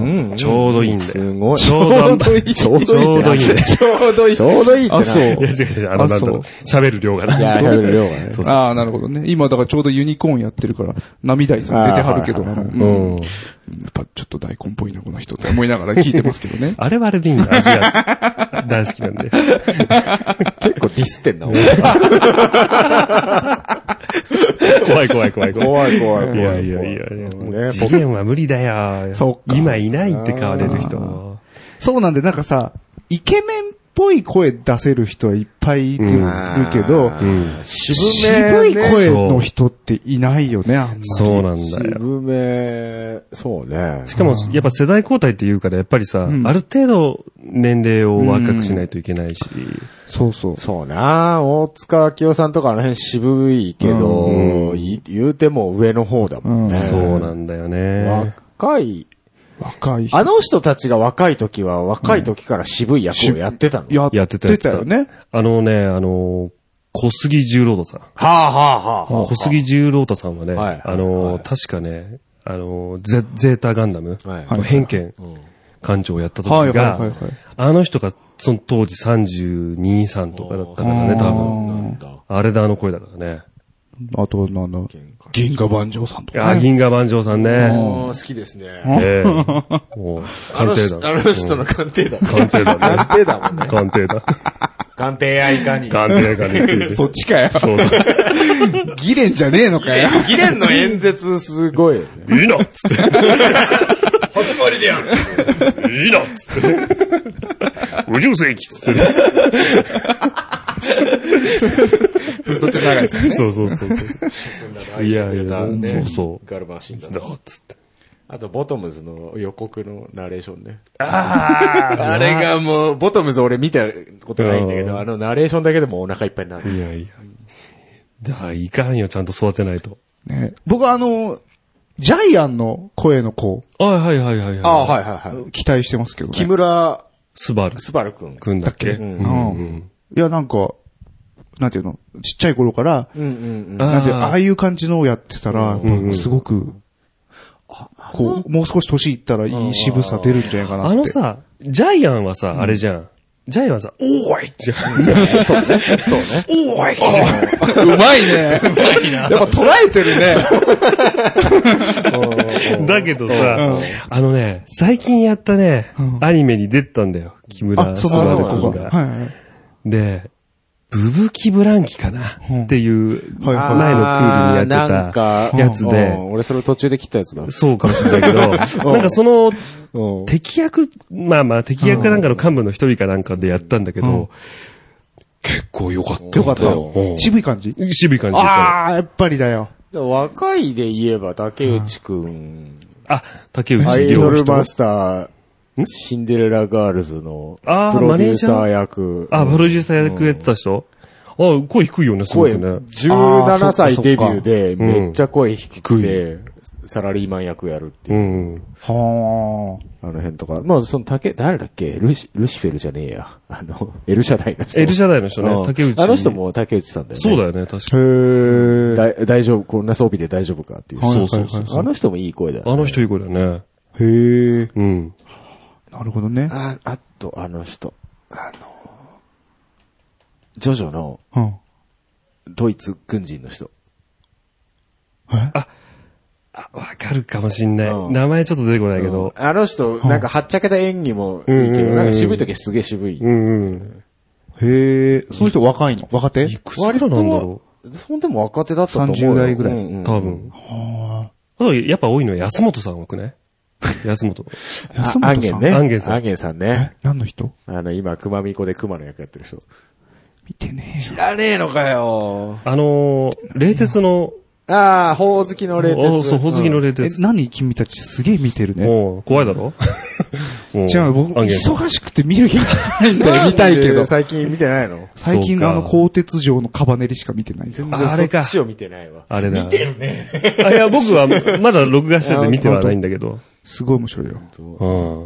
Speaker 1: んだ。
Speaker 3: ん
Speaker 4: ちょうどいいんだよ
Speaker 3: すごい。
Speaker 4: ちょうど
Speaker 3: いい。ちょう
Speaker 4: ちょうどいいね
Speaker 3: ちょうどいい。ちょうどいいってな。
Speaker 1: あそう
Speaker 4: いや、違う違う、あの、
Speaker 1: あ
Speaker 4: なんだろう、喋る量が
Speaker 3: いや、
Speaker 4: な。
Speaker 3: やる量がね。
Speaker 4: そうそう。
Speaker 1: ああ、なるほどね。今、だからちょうどユニコーンやってるから、涙井さん出てはるけど、
Speaker 3: あー
Speaker 1: あ
Speaker 3: はい
Speaker 1: の
Speaker 3: はい
Speaker 1: うんやっぱちょっと大根っぽいな、この人って思いながら聞いてますけど ね
Speaker 4: あれはあれでいいんだ、味が。 大好きなんで。
Speaker 3: 結構ディスってんな、
Speaker 4: 怖い怖い怖い怖い。
Speaker 3: 怖い怖い怖い。
Speaker 4: いやいやいやいや、も
Speaker 3: ね
Speaker 4: う次元は無理だよ。
Speaker 1: そっか
Speaker 4: 今いないって変われる人。
Speaker 1: そうなんで、なんかさ、イケメンっぽい声出せる人はいっぱいいてるけど、
Speaker 4: うん。
Speaker 3: 渋
Speaker 1: 渋
Speaker 3: め
Speaker 1: い
Speaker 3: ね、
Speaker 1: 声の人っていないよね、あんまり。
Speaker 4: そうなんだよ。
Speaker 3: 渋め、そうね。
Speaker 4: しかも、やっぱ世代交代って言うから、やっぱりさ、
Speaker 1: うん
Speaker 4: ある程度年齢を若くしないといけないし、
Speaker 1: そうそう。
Speaker 3: そうな大塚明夫さんとかあの辺渋いけど、い言うても上の方だもんね。
Speaker 1: うん
Speaker 4: そうなんだよね。
Speaker 3: 若い、
Speaker 1: 若い人。
Speaker 3: あの人たちが若い時は若い時から渋い役をやってたの。は
Speaker 4: やってたやってた
Speaker 1: よね。
Speaker 4: あのね、あの、小杉十郎太さん。
Speaker 3: あはあはあは
Speaker 4: 小杉十郎太さんはね、
Speaker 3: はい
Speaker 4: あの、確かね、あの、ゼゼータガンダム
Speaker 3: はい
Speaker 4: の偏見艦長をやった時が、
Speaker 1: はいはいはいはい
Speaker 4: あの人がその当時32、3とかだったからね、多分。あれであの声だからね。
Speaker 1: あと、なんだ、銀河万丈さんと
Speaker 4: いや
Speaker 1: か、
Speaker 4: ー、
Speaker 1: ね。
Speaker 4: 銀河万丈さんね。
Speaker 3: あもう好きですね。
Speaker 4: ええもう、鑑定だ。
Speaker 3: あの人の鑑定だ。
Speaker 4: 鑑定 だね。
Speaker 3: 鑑定だもんね。
Speaker 4: 鑑定だ。
Speaker 3: 鑑定やいか に。
Speaker 4: 鑑定ができる。
Speaker 1: そっちかよ。
Speaker 4: そうそう。
Speaker 1: ギレンじゃねえのかよ。
Speaker 3: ギレンの演説すごいよね。
Speaker 4: いいなっつって。
Speaker 3: 始まりでやん。
Speaker 4: いいなっつって。宇宙世紀っつってね。
Speaker 1: そっち長いです。
Speaker 4: そうそうそう そう。いやいや、そうそう。
Speaker 3: ガルバーシンだ
Speaker 4: だっつって。
Speaker 3: あと、ボトムズの予告のナレーションね。
Speaker 4: あ
Speaker 3: あれがもう、ボトムズ俺見たことないんだけ
Speaker 4: うん
Speaker 3: ど、あのナレーションだけでもうお腹いっぱいになる。
Speaker 4: いやいや。だからいかんよ、ちゃんと育てないと。
Speaker 1: ね、僕あの、ジャイアンの声の子、
Speaker 4: あはいはいはいはい。い。
Speaker 3: いはいい。
Speaker 1: 期待してますけどね。
Speaker 3: 木村
Speaker 4: スバル
Speaker 3: スバルくん。
Speaker 4: くんだっけ
Speaker 3: うん
Speaker 1: うん。いや、なんか、なんていうの、ちっちゃい頃から、
Speaker 3: うんうん
Speaker 4: あー
Speaker 1: なんていうのああいう感じのをやってたら
Speaker 4: んう、ん
Speaker 1: すごく、こう、もう少し年いったらいい渋さ出るんじゃないかなって。
Speaker 4: あのさ、ジャイアンはさ、あれじゃん。ジャイアンはさ、おーいじゃん。
Speaker 3: うん。そうね。そうね。
Speaker 4: おーいじゃん。
Speaker 1: うまいね。 やっぱ捉えてるね。
Speaker 4: だけどさ、あのね、最近やったね、アニメに出てたんだよ。木村
Speaker 1: あ、そ
Speaker 4: ス
Speaker 1: の
Speaker 4: バ
Speaker 1: あ
Speaker 4: ル
Speaker 1: の子
Speaker 4: 君
Speaker 1: が。
Speaker 4: が。
Speaker 1: はいはい。
Speaker 4: で、ブブキブランキかなっていう、前
Speaker 1: はい
Speaker 4: のク
Speaker 1: はい
Speaker 4: ールにや
Speaker 3: あーな
Speaker 4: っ
Speaker 3: ん
Speaker 4: て
Speaker 3: か
Speaker 4: たやつ
Speaker 3: う
Speaker 4: で、
Speaker 3: ん俺それ途中で切ったやつだ。
Speaker 4: そうかもしれないけど、なんかその、
Speaker 3: うん
Speaker 4: 敵役、まあまあ敵役かなんかの幹部の一人かなんかでやったんだけど、結構良かった
Speaker 1: よかった
Speaker 4: う。ん
Speaker 1: 渋い感じ
Speaker 4: 渋い感じだった
Speaker 1: ああ、やっぱりだよ。
Speaker 3: 若いで言えば、竹内くん、
Speaker 4: あ、竹
Speaker 3: ア
Speaker 4: 内
Speaker 3: イ
Speaker 4: 涼
Speaker 3: ド
Speaker 4: 真
Speaker 3: ルマスター、
Speaker 4: ん
Speaker 3: シンデレラガールズの、プ
Speaker 4: あー
Speaker 3: ロデューサ
Speaker 4: マネー
Speaker 3: ー
Speaker 4: ジ
Speaker 3: 役。
Speaker 4: あ、プロデューサー役やってた人あ、声低いよね、すご
Speaker 3: 声、
Speaker 4: いね。
Speaker 3: 17歳デビューで、
Speaker 4: か
Speaker 3: めっちゃ声低くて、サラリーマン役やるっていうう。
Speaker 4: ん。
Speaker 1: は
Speaker 3: あの辺とか。まあ、その竹、誰だっけルシ、ルシフェルじゃねえや。あの、エルシャダイの人。
Speaker 4: エルシャダイの人
Speaker 3: うん
Speaker 4: ね、竹内。
Speaker 3: あの人。も竹内さんだよね。
Speaker 4: そうだよね、確
Speaker 1: あ。
Speaker 4: か
Speaker 1: へえ。
Speaker 4: に。
Speaker 3: だい大丈夫、こんな装備で大丈夫かっていう。
Speaker 1: はい
Speaker 4: そうそうそう。
Speaker 3: あの人もいい声だよね。
Speaker 4: あの人いい子だよね。
Speaker 1: へえ。
Speaker 4: うん。
Speaker 1: なるほどね。
Speaker 3: あ、あと、あの人。あの、ジョジョの
Speaker 1: うん。
Speaker 3: ドイツ軍人の人。
Speaker 4: あ、わかるかもしんない。
Speaker 3: うん
Speaker 4: 名前ちょっと出てこないけど。
Speaker 3: あの人、なんかはっちゃけた演技もいいけ
Speaker 4: う
Speaker 3: ど、
Speaker 4: んうんうん
Speaker 3: なんか渋い時すげえ渋い。
Speaker 4: うんうん。
Speaker 1: へえ。その人若いの若手
Speaker 4: いくつからなんだろ
Speaker 3: そんでも若手だったと思うよ。
Speaker 1: 30代ぐらい
Speaker 3: うんう
Speaker 4: う。
Speaker 3: ん
Speaker 4: 多分。あと、やっぱ多いのは安本さん多くない安本。
Speaker 1: 安
Speaker 3: あア
Speaker 1: 本
Speaker 3: ンゲ
Speaker 1: さ
Speaker 3: ン
Speaker 1: ん
Speaker 3: ね。
Speaker 4: アンゲンさん
Speaker 3: アンゲンさんね。
Speaker 1: 何の人
Speaker 3: あの、今、熊巫女で熊の役やってる人。
Speaker 1: 見てね
Speaker 3: いらねえのかよ
Speaker 4: あのー、冷徹の、
Speaker 3: ああ、ほおずきの霊
Speaker 4: お
Speaker 3: 鉄。
Speaker 4: そう、ほずきの冷
Speaker 1: え。え
Speaker 4: 徹、。
Speaker 1: 何君たちすげえ見てるね。
Speaker 4: もう、怖いだろも
Speaker 1: 違う、僕、
Speaker 4: アンゲンさん
Speaker 1: 忙しくて見る気がないん
Speaker 3: うん
Speaker 1: だ よ。見たいけ
Speaker 3: なん
Speaker 1: ど
Speaker 3: で。最近見てないの
Speaker 1: 最
Speaker 4: そう
Speaker 1: 近
Speaker 4: か
Speaker 1: あの、鋼鉄城のカバネリしか見てない。
Speaker 3: 全
Speaker 4: ああれ
Speaker 3: 然そ
Speaker 4: か
Speaker 3: っちを見てないわ。
Speaker 4: あれだ。見てるね。あ、いや、僕は、まだ録画してて見てはないんだけど。
Speaker 1: すごい面白いよ。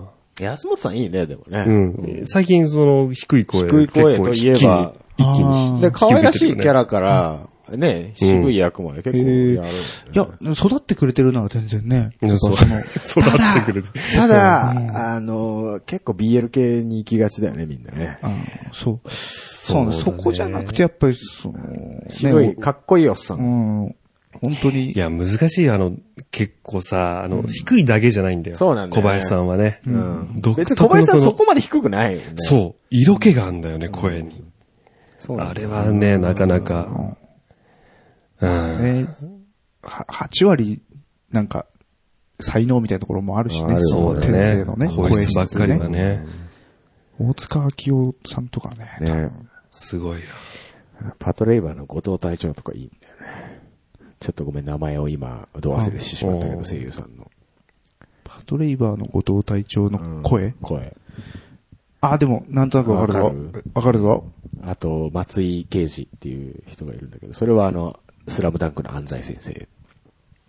Speaker 4: うん。
Speaker 3: 安本さんいいね、でもね。
Speaker 4: うん。最近、その、低い声。
Speaker 3: 低い声といえば
Speaker 4: 結構一気に、一気に。
Speaker 3: で、可愛らしいキャラから、ね、渋い役まで結構やるよね。
Speaker 1: いや、育ってくれてるなら全然ね。
Speaker 4: うんそう。そうだってくれて。
Speaker 3: ただ、あの、結構 BL 系に行きがちだよね、みんなね。
Speaker 1: あーそう。そうね、そこじゃなくて、やっぱり、その、ね
Speaker 3: 渋い、かっこいいおっさ。
Speaker 1: うんん。本当に
Speaker 4: い。や、難しい。あの、結構さ、あの、低いだけじゃないんだよ。
Speaker 3: そうなんだよ
Speaker 4: 小
Speaker 3: ね
Speaker 4: 林さんはね。
Speaker 3: うん
Speaker 4: 独特の
Speaker 3: 別に小林さん
Speaker 4: この
Speaker 3: そこまで低くないよね。
Speaker 4: そう。色気があるんだよね、声に。
Speaker 3: そうなん
Speaker 4: あ
Speaker 3: だ
Speaker 4: れはね、なかなか。うん。
Speaker 1: ね、は8割、なんか、才能みたいなところもあるし
Speaker 3: あ
Speaker 1: ね。
Speaker 3: る
Speaker 4: そうだ
Speaker 1: 天性
Speaker 4: ね
Speaker 1: のね。。
Speaker 4: 声質ばっかり
Speaker 1: ね。
Speaker 4: はね。
Speaker 1: 大塚明夫さんとかね。多分
Speaker 3: ね
Speaker 5: すごいな。
Speaker 3: パトレイバーの後藤隊長とかいいんだよね。ちょっとごめん、名前を今、ど忘れしてしまったけ
Speaker 1: あ
Speaker 3: ど、声優さんの。
Speaker 1: パトレイバーの後藤隊長の声、
Speaker 3: 声。
Speaker 1: あ、でも、なんとなくわかるぞ
Speaker 3: わかる。
Speaker 1: わかるぞ。
Speaker 3: あと、松井刑事っていう人がいるんだけど、それはあの、スラムダンクの安西先生。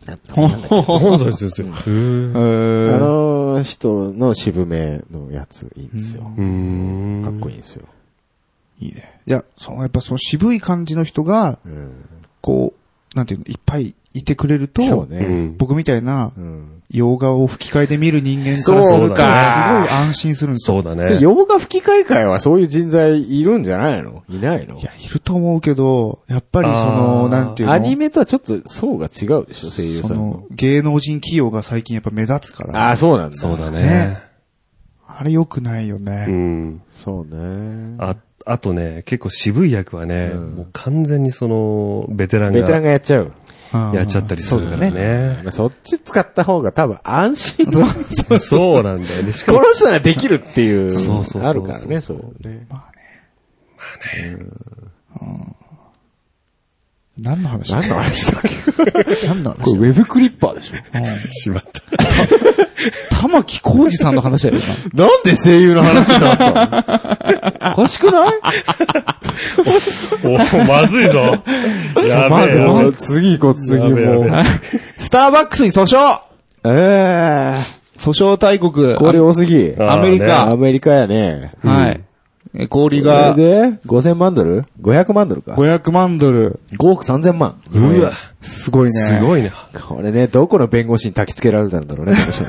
Speaker 3: なんなんだっけ
Speaker 4: 本西先生。
Speaker 1: え
Speaker 4: う
Speaker 3: あ
Speaker 1: ー、
Speaker 3: の人の渋めのやつ、いいんですよ。
Speaker 4: ーん。
Speaker 3: かっこいいんですよ。
Speaker 1: いいね。いや、その、やっぱその渋い感じの人が、
Speaker 3: うん。
Speaker 1: こう、なんていうの、いっぱいいてくれると、
Speaker 3: そうね。
Speaker 4: うん
Speaker 1: 僕みたいな
Speaker 3: う、ん。
Speaker 1: 洋画を吹き替えで見る人間からす
Speaker 4: そう
Speaker 1: ると、すごい
Speaker 4: か
Speaker 1: 安心するんですよ。
Speaker 4: そうだね。
Speaker 3: それ洋画吹き替え会はそういう人材いるんじゃないのいないの
Speaker 1: いや、いると思うけど、やっぱりそ
Speaker 4: あ
Speaker 1: の、
Speaker 4: ー
Speaker 1: なんていうの、
Speaker 3: アニメとはちょっと層が違うでしょ、声優
Speaker 1: そ
Speaker 3: さん
Speaker 1: の
Speaker 3: の。、
Speaker 1: 芸能人企業が最近やっぱ目立つから、
Speaker 3: あ
Speaker 1: あ
Speaker 3: あ、そうなんだ。
Speaker 4: そうだね
Speaker 1: ね。れ良くないよね。
Speaker 4: うん。
Speaker 3: そうね。
Speaker 4: あ、あとね、結構渋い役はね、
Speaker 3: うん
Speaker 4: もう完全にその、ベテラン
Speaker 3: ベテラン
Speaker 4: が
Speaker 3: がやっちゃう。
Speaker 1: うん
Speaker 4: やっちゃったりするから。ね。
Speaker 3: まあそっち使った方が多分安心。こ
Speaker 4: そうなんだよね。しかも、
Speaker 3: の人ならできるっていう。
Speaker 4: そうそうそう
Speaker 3: あるからね、そうね。
Speaker 1: 何の話
Speaker 3: 何の話だっけ
Speaker 1: 何の話
Speaker 3: これウェブクリッパーでしょ
Speaker 4: しまった。
Speaker 1: 玉木浩二さんの話だよ 今。
Speaker 3: なんで声優の話になったの
Speaker 1: おかしくない
Speaker 4: お、まずいぞ。やべえ
Speaker 3: まあで
Speaker 4: やべ
Speaker 3: も、
Speaker 4: え。
Speaker 3: 次行こう、次
Speaker 4: やべえや
Speaker 3: も
Speaker 4: べ
Speaker 3: う
Speaker 4: え。
Speaker 6: スターバックスに訴訟
Speaker 3: ええ
Speaker 6: 訴訟大国。
Speaker 3: これ多すぎ。
Speaker 4: あー
Speaker 6: アメリカ
Speaker 3: アメリカやね。
Speaker 6: はい。え氷
Speaker 3: これ
Speaker 6: が
Speaker 3: で、5000万ドル ?500 万ドルか。
Speaker 1: ?500 万ドル。
Speaker 3: 5億3000万。
Speaker 4: うわ、
Speaker 1: すごいね。
Speaker 4: すごいね。
Speaker 3: これね、どこの弁護士に焚き付けられたんだろうね、この人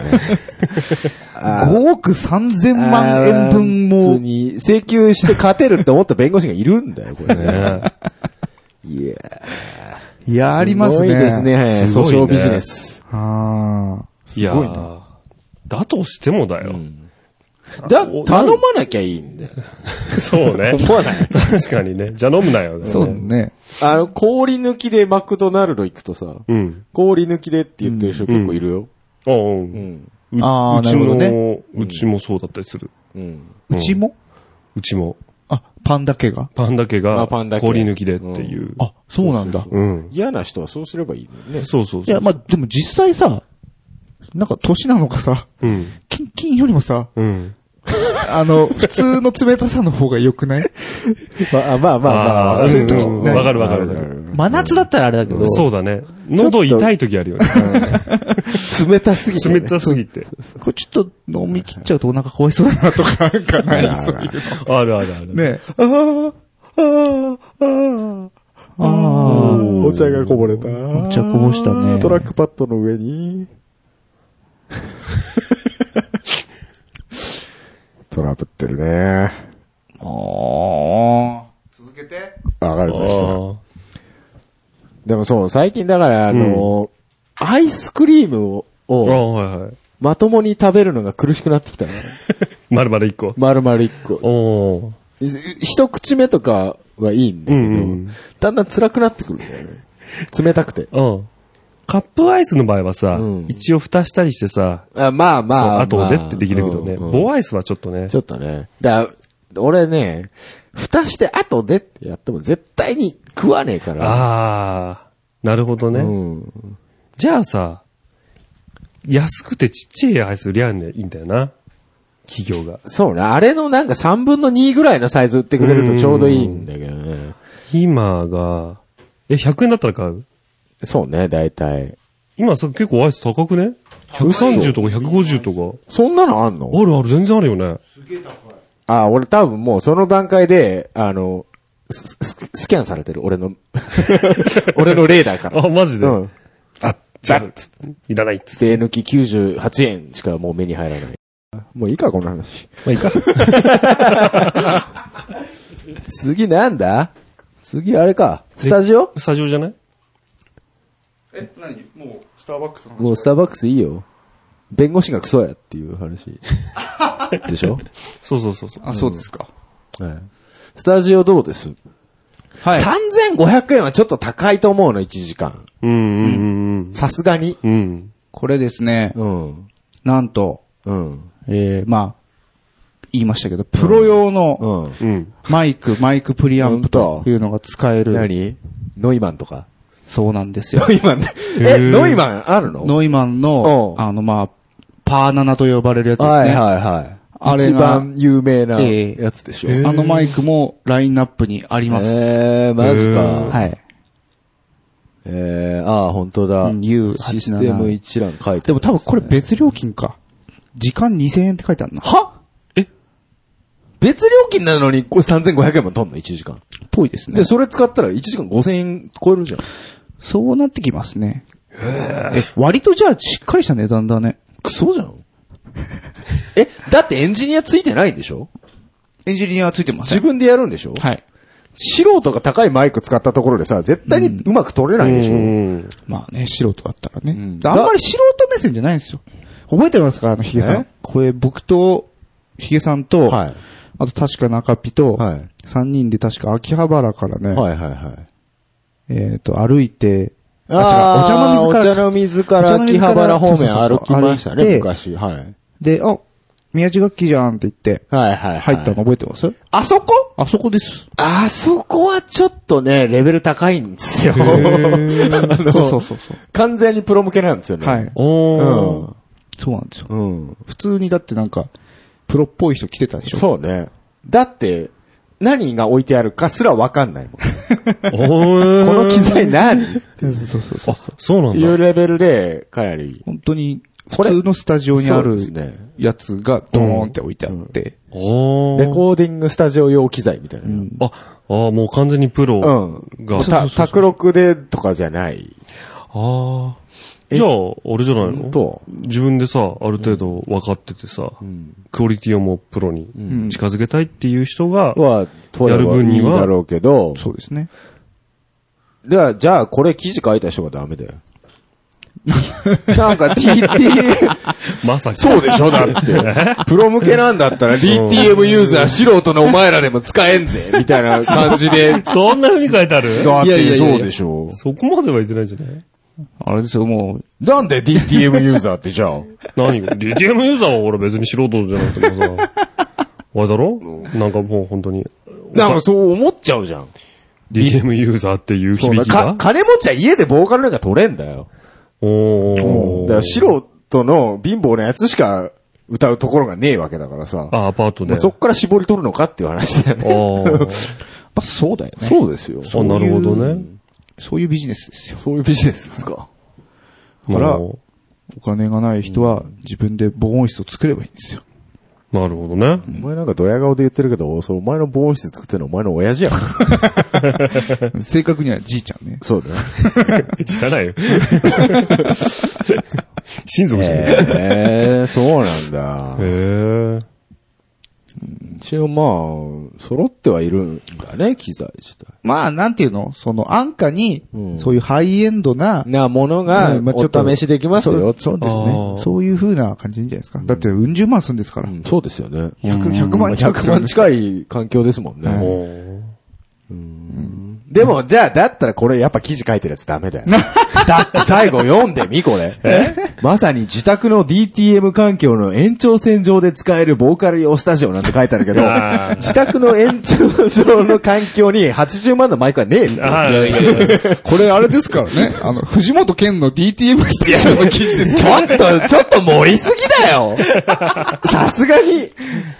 Speaker 3: ね。あー
Speaker 1: 5億3000万円分
Speaker 3: あー普通
Speaker 1: も、
Speaker 3: に請求して勝てるって思った弁護士がいるんだよ、これね。
Speaker 4: ね
Speaker 3: いや
Speaker 1: やりますね。
Speaker 3: ごいですね。はい
Speaker 4: すごいね
Speaker 3: 訴訟ビジネス。
Speaker 1: あ
Speaker 4: いやーだとしてもだよ。
Speaker 3: だ、
Speaker 4: お
Speaker 3: 頼まなきゃいいんだよ。
Speaker 4: そうね。
Speaker 3: 思わない。
Speaker 4: 確かにね。じゃあ飲むなよ。
Speaker 1: あ。そうだ。ね。
Speaker 3: あの、氷抜きでマクドナルド行くとさ、
Speaker 4: うん。
Speaker 3: 氷抜きでって言ってる人結構いるよ。
Speaker 4: ああ、う。
Speaker 3: うんん。
Speaker 4: う
Speaker 1: あー
Speaker 4: うち
Speaker 1: なるほど
Speaker 4: も、うちもそうだったりする。
Speaker 3: うん。
Speaker 1: うちも
Speaker 4: うちも、
Speaker 1: あ、パンだけが
Speaker 4: パンだけが
Speaker 3: あパンだけ
Speaker 4: 氷抜きでっていう。
Speaker 1: あ、そうなんだ。
Speaker 4: うん。
Speaker 3: 嫌な人はそうすればいいのね。
Speaker 4: そうそう
Speaker 1: い
Speaker 4: そう。
Speaker 1: や、まあ、でも実際さ、なんか年なのかさ、
Speaker 4: うん。
Speaker 1: キンキンよりもさ、
Speaker 4: うん。
Speaker 1: あ の、普通の冷たさの方が良くない
Speaker 3: まあまあま
Speaker 4: ああ、
Speaker 1: そういう時
Speaker 4: うん
Speaker 1: ない
Speaker 4: わかるわかるわかる。
Speaker 6: 真夏だったらあれだけど、
Speaker 4: そうだね。喉痛い時あるよね。
Speaker 3: 冷たすぎてね。
Speaker 4: 冷たすぎて。
Speaker 1: これちょっと飲み切っちゃうとお腹かわいそうだなとか、 なんかないそういう
Speaker 4: あるあるある。
Speaker 1: の。ねああ、ああ、ああ。
Speaker 3: お茶がこぼれた。
Speaker 1: お茶こぼしたね
Speaker 3: トラックパッドの上に。 トラブってるね。
Speaker 6: 続けて。
Speaker 3: わかりました。
Speaker 4: あ
Speaker 3: でもそう、最近だから、あの、アイスクリームを、
Speaker 4: あ、
Speaker 3: を
Speaker 4: はいはい。
Speaker 3: まともに食べるのが苦しくなってき たね。
Speaker 4: まるまる一個。
Speaker 3: 丸々一個。
Speaker 4: おー。
Speaker 3: 一口目とかはいいんだ
Speaker 4: う
Speaker 3: けど、
Speaker 4: んうん。
Speaker 3: だんだん辛くなってくるんだよね。冷たくて。
Speaker 4: うん。カップアイスの場合はさ
Speaker 3: うん、
Speaker 4: 一応蓋したりしてさ、
Speaker 3: あまあま
Speaker 4: そう
Speaker 3: あ。
Speaker 4: あと
Speaker 3: ま
Speaker 4: でってできるけどね。
Speaker 3: うんうん
Speaker 4: 棒アイスはちょっとね
Speaker 3: ち。ょっとね。だ俺ね、蓋して後でってやっても絶対に食わねえから。あ、
Speaker 4: ああ、なるほど
Speaker 3: う
Speaker 4: ね。
Speaker 3: ん。
Speaker 4: じゃあさ、安くてちっちゃいアイス売りゃいいんだよな。企業が。
Speaker 3: そうね。あれのなんか3分の2ぐらいのサイズ売ってくれるとちょうどいいんだけどね。
Speaker 4: 今が、え、100円だったら買う
Speaker 3: そうね、大体。
Speaker 4: 今さ、結構アイス高くね ?130 とか150と
Speaker 3: そんなのあん
Speaker 4: か。
Speaker 3: の
Speaker 4: あるある、全然あるよね。
Speaker 3: あ、俺多分もうその段階で、あの、スススキャンされてる、俺の。俺のレーダーから。
Speaker 4: あ、マジで。
Speaker 3: うん。
Speaker 4: あ、じゃあ、ついらないっつって。
Speaker 3: 税抜き98円しかもう目に入らない。もういいか、この話。
Speaker 4: まあいいか。
Speaker 3: 次なんだ次あれか。スタジオ
Speaker 4: スタジオじゃない
Speaker 6: え、何もう、スターバックスの
Speaker 3: もうスターバックスいいよ。弁護士がクソやっていう話。でしょ、
Speaker 4: そうそうそうそう。
Speaker 6: あ、そうですか。
Speaker 3: スタジオどうです、
Speaker 6: はい。
Speaker 3: ?3500 円はちょっと高いと思うの、1時間。
Speaker 4: うんうん
Speaker 3: さすがに。
Speaker 4: うん。うん。
Speaker 6: これですね、
Speaker 3: うん。
Speaker 6: なんと、
Speaker 3: うん。
Speaker 6: えー、まあ、
Speaker 1: 言いましたけど、プロ用の
Speaker 3: うん。
Speaker 4: うん。
Speaker 1: マイク、マイクプリアンプと
Speaker 3: 本当
Speaker 1: いうのが使える。
Speaker 3: 何ノイマンとか。
Speaker 1: そうなんですよ
Speaker 3: ノ。イマンえ、ノイマンあるの
Speaker 1: ノイマンの、
Speaker 3: うん
Speaker 1: あの、まあ、パーナナと呼ばれるやつですね。
Speaker 3: はいはいはい。
Speaker 1: あれ
Speaker 3: 一
Speaker 1: が
Speaker 3: 番有名な
Speaker 1: ええ
Speaker 3: やつでしょ。
Speaker 1: あのマイクもラインナップにあります。
Speaker 3: えー、マジか。
Speaker 1: はい。
Speaker 3: えー、ああ、本当だ
Speaker 1: うん U87
Speaker 3: システム一覧書いて
Speaker 1: で
Speaker 3: ある
Speaker 1: も多分これ別料金か。時間2000円って書いてあるな。は
Speaker 3: 別料金なのに、これ3500円も取んの ?1 時間。
Speaker 1: っぽいですね
Speaker 3: で、。それ使ったら1時間5000円超えるじゃん。
Speaker 1: そうなってきますね。え、割とじゃあしっかりした値段だね。
Speaker 3: クソじゃん。え、だってエンジニアついてないんでしょ
Speaker 1: エンジニアはついてま
Speaker 3: 自分でやるんでしょ
Speaker 1: はい。
Speaker 3: 素人が高いマイク使ったところでさ、絶対にうまく取れないでしょ、
Speaker 4: うん。
Speaker 1: まあね、素人だったらね。
Speaker 3: ん
Speaker 1: であんまり素人目線じゃないんですよ。覚えてますかあの、ヒゲさん
Speaker 3: え。
Speaker 1: これ僕と、ヒゲさんと、
Speaker 3: はい
Speaker 1: あと確か中ピと、
Speaker 3: はい
Speaker 1: 三人で確か秋葉原からね、
Speaker 3: はいはいはい。
Speaker 1: えっ、と、歩いて、
Speaker 3: あ
Speaker 1: あ違う、お茶の水から
Speaker 3: ーお茶の水から秋葉原方面歩きましたね、昔。はい。
Speaker 1: で、あ、宮地楽器じゃんって言って、
Speaker 3: はいはい。
Speaker 1: 入ったの。覚えてます、
Speaker 3: あそこ
Speaker 1: あそこです。
Speaker 3: あそこはちょっとね、レベル高いんですよ。
Speaker 1: そうそうそうそう。
Speaker 3: 完全にプロ向けなんですよね。
Speaker 1: はい。
Speaker 3: うん。
Speaker 1: そうなんですよ。
Speaker 3: うん。
Speaker 1: 普通にだってなんか、プロっぽい人来てたでしょ。
Speaker 3: そうね。だって、何が置いてあるかすらわかんないもん。こ
Speaker 4: おー
Speaker 3: の機材何
Speaker 1: そうそうそうそう。
Speaker 4: そうなん
Speaker 3: いう
Speaker 4: だ。
Speaker 3: レベルで、かなり。
Speaker 1: 本当に、
Speaker 3: こ
Speaker 1: 普
Speaker 3: れ
Speaker 1: 通のスタジオにあ
Speaker 3: そう
Speaker 1: る
Speaker 3: ですね
Speaker 1: やつがドーンって置いてあって、
Speaker 4: おー
Speaker 3: レコーディングスタジオ用機材みたいな。うん。
Speaker 4: あ、あーもう完全にプロが。あ
Speaker 3: た、卓録でとかじゃない。
Speaker 4: あー。じゃあ、あれじゃないの
Speaker 3: と。
Speaker 4: 自分でさ、ある程度分かっててさ、クオリティをもうプロに近づけたいっていう人が、
Speaker 3: は、取
Speaker 4: や
Speaker 3: れ
Speaker 4: る
Speaker 3: ばい
Speaker 4: 分
Speaker 3: い
Speaker 4: には
Speaker 3: だろうけど。
Speaker 1: そうですね。
Speaker 3: では、じゃあ、これ記事書いた人がダメだよ。 なんか TT、
Speaker 4: まさか。
Speaker 3: そうでしょだって。プロ向けなんだったら DTM ユーザー素人のお前らでも使えんぜみたいな感じで。だ
Speaker 4: そんな風に書いてある
Speaker 3: ってそうでしょ
Speaker 4: そこまでは言ってないんじゃない
Speaker 1: あれですよ、も
Speaker 3: なんで DTM ユーザーってじゃあ。
Speaker 4: 何 ?DTM ユーザーは俺別に素人じゃなくてもさ、あれだろなんか もう本当に、
Speaker 3: なんかそう思っちゃうじゃん。
Speaker 4: DTM ユーザーっていう
Speaker 3: そう
Speaker 4: 響き
Speaker 3: か
Speaker 4: が。
Speaker 3: 金持ちは家でボーカルなんか取れんだよ。
Speaker 4: おー
Speaker 3: だから素人の貧乏なやつしか歌うところがねえわけだからさ。
Speaker 4: あ、アパート
Speaker 3: ま
Speaker 4: で。
Speaker 3: あそっから絞り取るのかっていう話だよ
Speaker 4: あ
Speaker 3: ね。
Speaker 4: ー
Speaker 1: う、やっぱそうだよね。
Speaker 3: そうですよ。
Speaker 4: あ、なるほどね。
Speaker 1: そういうビジネスですよ。
Speaker 3: そういうビジネスですか。
Speaker 1: から
Speaker 4: も
Speaker 1: お金がない人は自分で防音室を作ればいいんですよ。
Speaker 4: うなるほどね。
Speaker 3: お前なんかドヤ顔で言ってるけど、そうお前の防音室作ってるのお前の親父やん。
Speaker 1: 正確にはじいちゃんね。
Speaker 3: そうだよ。
Speaker 4: 知らないよ。親族じゃない。
Speaker 3: えー、そうなんだ
Speaker 4: へ。ー。
Speaker 3: 一応まあ、揃ってはいるんだね、機材自体。
Speaker 1: まあ、なんていうのその安価に
Speaker 3: う、ん
Speaker 1: そういうハイエンドな、
Speaker 3: な、ものが、
Speaker 1: うんまあちょっと
Speaker 3: お試しできますよ。
Speaker 1: そうそうです
Speaker 4: あ
Speaker 1: ね
Speaker 4: ー。
Speaker 1: そういう風な感じでいいんじゃないですか。だって、うん十万するんですから
Speaker 3: う。んそうですよね。
Speaker 1: 100、100万近く
Speaker 3: 100万近い環境ですもんね。
Speaker 4: おー
Speaker 3: でも、じゃあ、だったらこれやっぱ記事書いてるやつ ダメだよ。だって最後読んでみ、これ。まさに自宅の DTM 環境の延長線上で使えるボーカル用スタジオなんて書いてあるけど、自宅の延長上の環境に80万のマイクはねえんだよ
Speaker 4: あー
Speaker 1: これあれですからね。 あの、藤本健の DTM ステーションの記事です
Speaker 3: ちょっと、ちょっと盛りすぎだよさすがに、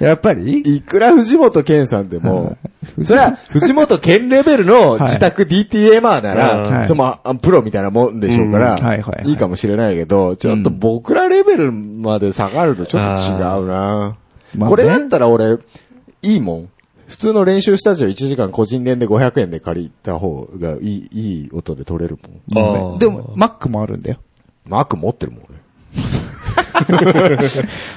Speaker 1: やっぱり
Speaker 3: いくら藤本健さんでも、それは藤本健レベルの自宅 DTMR な
Speaker 1: は
Speaker 3: ら、
Speaker 1: い
Speaker 3: そのあプロみたいなもんでしょうか
Speaker 1: うんはい
Speaker 3: ら
Speaker 1: はいは、い
Speaker 3: いいかもしれないけど、ちょっと僕らレベルまで下がるとちょっと違うな
Speaker 1: まあね
Speaker 3: これだったら俺、いいもん。普通の練習スタジオ1時間個人練で500円で借りた方がいい、いい音で撮れるもん。
Speaker 4: あー
Speaker 1: でも、Mac もあるんだよ。
Speaker 3: マーク持ってるもん俺。
Speaker 1: だか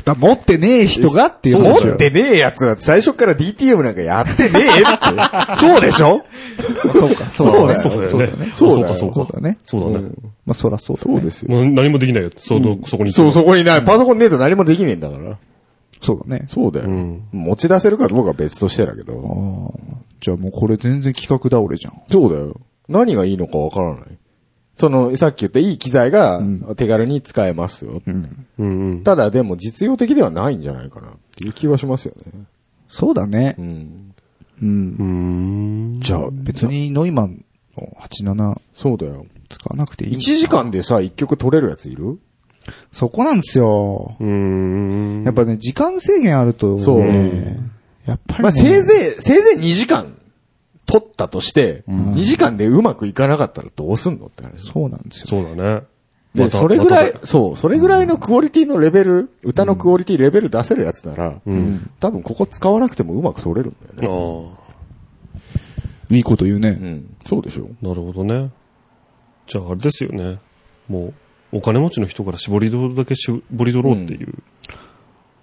Speaker 1: ら持ってねえ人がっていう話
Speaker 3: 持ってねえやつは最初から DTM なんかやってねえ って。そうでしょ
Speaker 1: そうか、そう
Speaker 3: そうだ
Speaker 1: だ
Speaker 3: よ
Speaker 1: よ。
Speaker 4: そうだよね。
Speaker 3: そうだよ
Speaker 4: あそう
Speaker 1: そ
Speaker 4: か、そうう
Speaker 1: だ
Speaker 4: か。
Speaker 1: ね。
Speaker 4: そうだね。
Speaker 1: まあ、そらそうだね。そう
Speaker 3: す。
Speaker 4: もう何もできないよ。その、そこに。
Speaker 3: そう、そこにない。パソコンねえと何もできねえんだから。
Speaker 1: そうだね。
Speaker 3: そうだよ。
Speaker 4: ん
Speaker 3: 持ち出せるかどうかは別としてだけど。
Speaker 1: じゃあもうこれ全然企画倒れじゃん。
Speaker 3: そうだよ。何がいいのかわからない。その、さっき言ったいい機材が手軽に使えますよ。
Speaker 4: うんうん。
Speaker 3: ただでも実用的ではないんじゃないかな。ていう気はしますよね。
Speaker 1: そうだね
Speaker 3: う。ん。
Speaker 1: うん。
Speaker 4: うん。
Speaker 3: じゃあ、
Speaker 1: 別にノイマンの87
Speaker 3: そうだよ。
Speaker 1: 使わなくていい。
Speaker 3: 1時間でさ、1曲取れるやついる
Speaker 1: そこなんですよ。
Speaker 4: うん。
Speaker 1: やっぱね、時間制限あると、ね、
Speaker 3: そう
Speaker 1: やっぱり、ね。
Speaker 3: まあ、せいぜい、せいぜい2時間取ったとして、2時間でうまくいかなかったらどうすんのって話。
Speaker 1: そうなんですよ。
Speaker 4: そうだね。
Speaker 3: で、
Speaker 4: また
Speaker 3: それぐら
Speaker 4: ま
Speaker 3: い、そう、それぐらいのクオリティのレベル、歌のクオリティレベル出せるやつなら、多分ここ使わなくてもうまく取れるんだよ
Speaker 4: ああ
Speaker 3: ね。、
Speaker 1: いいこと言うね。
Speaker 3: うん。そうでしょ
Speaker 4: なるほどね。じゃああれですよね。もう、お金持ちの人から絞り取るだけ絞り取ろうっていう。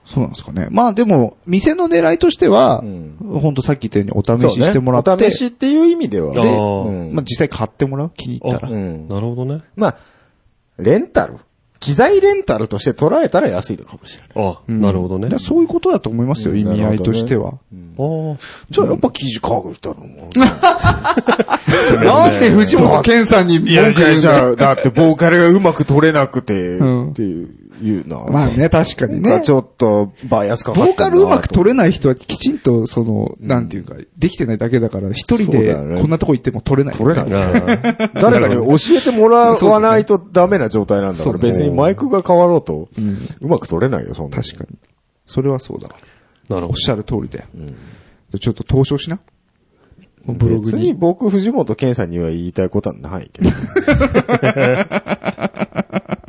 Speaker 1: そうなんですかね。まあでも、店の狙いとしては、
Speaker 3: ん
Speaker 1: ほんとさっき言ったようにお試ししてもらって、
Speaker 3: そうねお試しっていう意味では。
Speaker 4: ああ、
Speaker 3: うん
Speaker 1: まあ実際買ってもらう気に入ったら。
Speaker 3: うん
Speaker 4: なるほどね。
Speaker 3: まあ、レンタル。機材レンタルとして捉えたら安いのかもしれない。
Speaker 4: あなるほどね。
Speaker 1: だからそういうことだと思いますよ、
Speaker 3: うん
Speaker 1: 意味合いとしては。
Speaker 4: あ
Speaker 3: じゃあやっぱ記事書く人のも。
Speaker 1: なんで藤本健さんに文句言うんだよ。
Speaker 3: う。だってボーカルがうまく取れなくて、
Speaker 1: うん
Speaker 3: っていう、言うな。
Speaker 1: まあね、確かに
Speaker 3: なん
Speaker 1: ね
Speaker 3: か。ちょっと、バイアスかか
Speaker 1: ボ
Speaker 3: ってん
Speaker 1: ー
Speaker 3: なと
Speaker 1: カルうまく取れない人はきちんと、その、なんていうか、できてないだけだから、一人
Speaker 3: そうだ
Speaker 1: で
Speaker 3: よね
Speaker 1: こんなとこ行っても取れない。
Speaker 3: 取れない
Speaker 4: あ。なあ
Speaker 3: 誰かに教えてもらわないとダメな状態なんだから、別にマイクが変わろうと、うまく取れないよ、そんな。
Speaker 1: 確かに。それはそうだ。
Speaker 4: なる
Speaker 1: お
Speaker 4: ほ
Speaker 1: っしゃる通りだよ。ちょっと投書しな。
Speaker 3: に。別に僕、藤本健さんには言いたいことはないけど。うん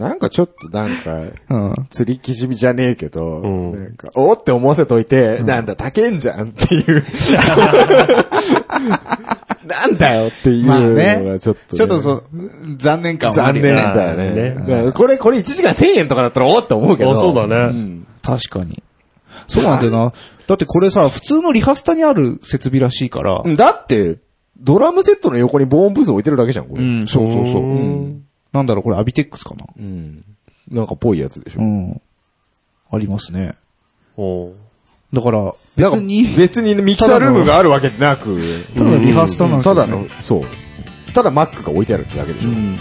Speaker 3: なんかちょっとなんか、
Speaker 1: うん。
Speaker 3: 釣りきしみじゃねえけど、
Speaker 4: ん
Speaker 3: なんか、おーって思わせといて、なんだ、高えんじゃんって いう。なんだよっていう
Speaker 1: まあ
Speaker 3: の
Speaker 1: ね
Speaker 3: がちょっとね、
Speaker 1: ちょっとそ、残念感はあ
Speaker 3: 残
Speaker 1: る
Speaker 3: 念
Speaker 1: よね
Speaker 3: だよ
Speaker 4: ね
Speaker 3: ね。だからこれ、これ1時間1000円とかだったらおーって思うけ
Speaker 4: ど。
Speaker 3: ど。
Speaker 4: あそうだ
Speaker 3: う
Speaker 4: ね。
Speaker 3: ん。
Speaker 1: 確かに。そうなんだよな。だってこれ さ、普通のリハスタにある設備らしいから。
Speaker 3: だって、ドラムセットの横に防音ブース置いてるだけじゃん、これ。
Speaker 1: うん、そうそうそうう。
Speaker 4: ん。
Speaker 1: なんだろう、これアビテックスかな。
Speaker 3: うんなんかぽいやつでし
Speaker 1: う
Speaker 3: ょ。
Speaker 1: ん。ありますね。
Speaker 4: おう
Speaker 1: だから、別に、
Speaker 3: 別にミキサールームがあるわけなく、
Speaker 1: ただのリハスタなんです
Speaker 3: た
Speaker 1: よね
Speaker 3: だの、そう。ただ Mac が置いてあるってだけでしょ
Speaker 1: う。ん
Speaker 4: へ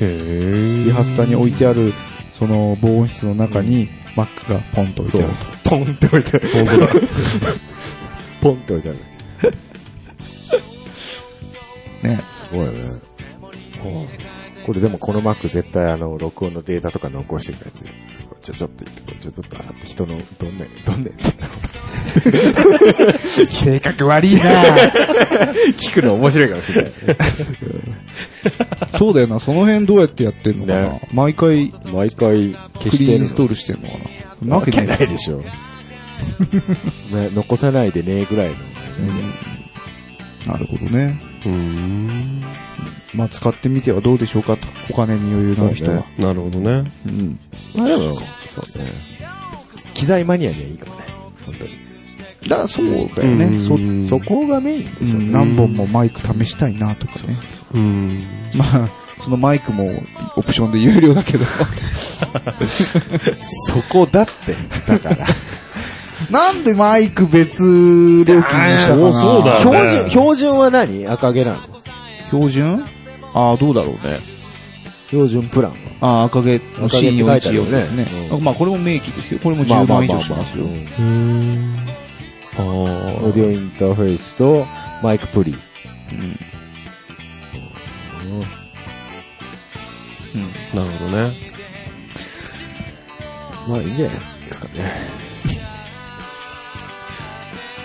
Speaker 4: え。
Speaker 1: リハスタに置いてある、その防音室の中に、マックがポンと置い
Speaker 3: そ
Speaker 1: て
Speaker 3: う
Speaker 1: ある。
Speaker 3: ポンって置いてある。ポンって置いてある。
Speaker 1: と。ね。
Speaker 3: すごいよね。これでもこの Mac 絶対あの、録音のデータとか残してたやつ。ちょ、ちょっと言って、ちょ、ちょっとあさって人の、どんな、どんな、
Speaker 1: 性格悪いな
Speaker 3: 聞くの面白いかもしれない。
Speaker 1: そうだよな、その辺どうやってやってんのかな
Speaker 3: ね。
Speaker 1: 毎回、ク
Speaker 3: 毎回消して
Speaker 1: リーンイ
Speaker 3: る
Speaker 1: ンストールしてんのかな。そんなわけない
Speaker 3: で しょ。ね、残さないでねぐらいの。
Speaker 1: なるほどね。
Speaker 4: うん。
Speaker 1: まあ、使ってみてはどうでしょうかと。お金に余裕のある人は。
Speaker 3: そうね
Speaker 4: なるほどね。
Speaker 1: うん。
Speaker 3: まあでも、そうね。機材マニアにはいいかもね。本当に。
Speaker 1: だからそうだよね。
Speaker 4: うん
Speaker 1: そ、
Speaker 4: うん
Speaker 1: そ
Speaker 3: そこがメインでしょ
Speaker 1: う、ん、何本もマイク試したいなとかね。
Speaker 4: うん。
Speaker 1: まあ、そのマイクもオプションで有料だけど。
Speaker 3: そこだって。だ から。
Speaker 1: なんでマイク別料金にしたかな
Speaker 4: あーそうだ
Speaker 3: 標準、標準は何赤毛なの
Speaker 1: 標準ああ、どうだろうね。
Speaker 3: 標準プランは。
Speaker 1: ああ、赤毛の
Speaker 3: 赤毛って書いてあるよ
Speaker 1: C414
Speaker 3: ね
Speaker 1: ですね。
Speaker 3: う
Speaker 1: まあ、これも名機ですよ。これも10万以上しますよ。
Speaker 3: うん
Speaker 4: うん。あ
Speaker 3: オーディオインターフェースとマイクプリ。
Speaker 4: あ。なるほどね。
Speaker 3: まあいいんじゃないですかね。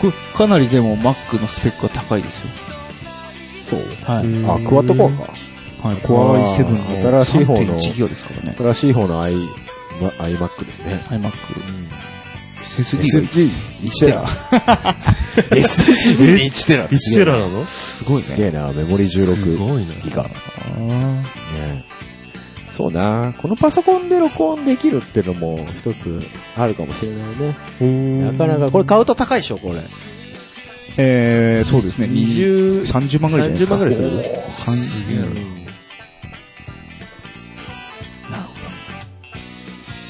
Speaker 1: これかなりでも Mac のスペックが高いですよ。
Speaker 3: そう。
Speaker 1: はい。
Speaker 3: あ、クワットコアか。
Speaker 1: はい、Core i7 の
Speaker 3: 新しい方の
Speaker 1: 3.1ギガですからね。
Speaker 3: 新しい方の i、ま iMac ですね。
Speaker 1: iMac。SSD が
Speaker 3: SD1 テラ。
Speaker 4: SSD1 テラ。1テラなのす
Speaker 1: すごい
Speaker 3: すげ
Speaker 1: ね。
Speaker 3: えな、メモリ16
Speaker 4: ごいね。
Speaker 3: ギガ。
Speaker 1: あー
Speaker 3: ねそうな、このパソコンで録音できるってのも一つあるかもしれないね。なかなか、これ買うと高いでしょ、これ。
Speaker 1: えー、そうですね。20、30万ぐらいじゃないですか。
Speaker 3: 30万ぐらいする
Speaker 1: おーすげえな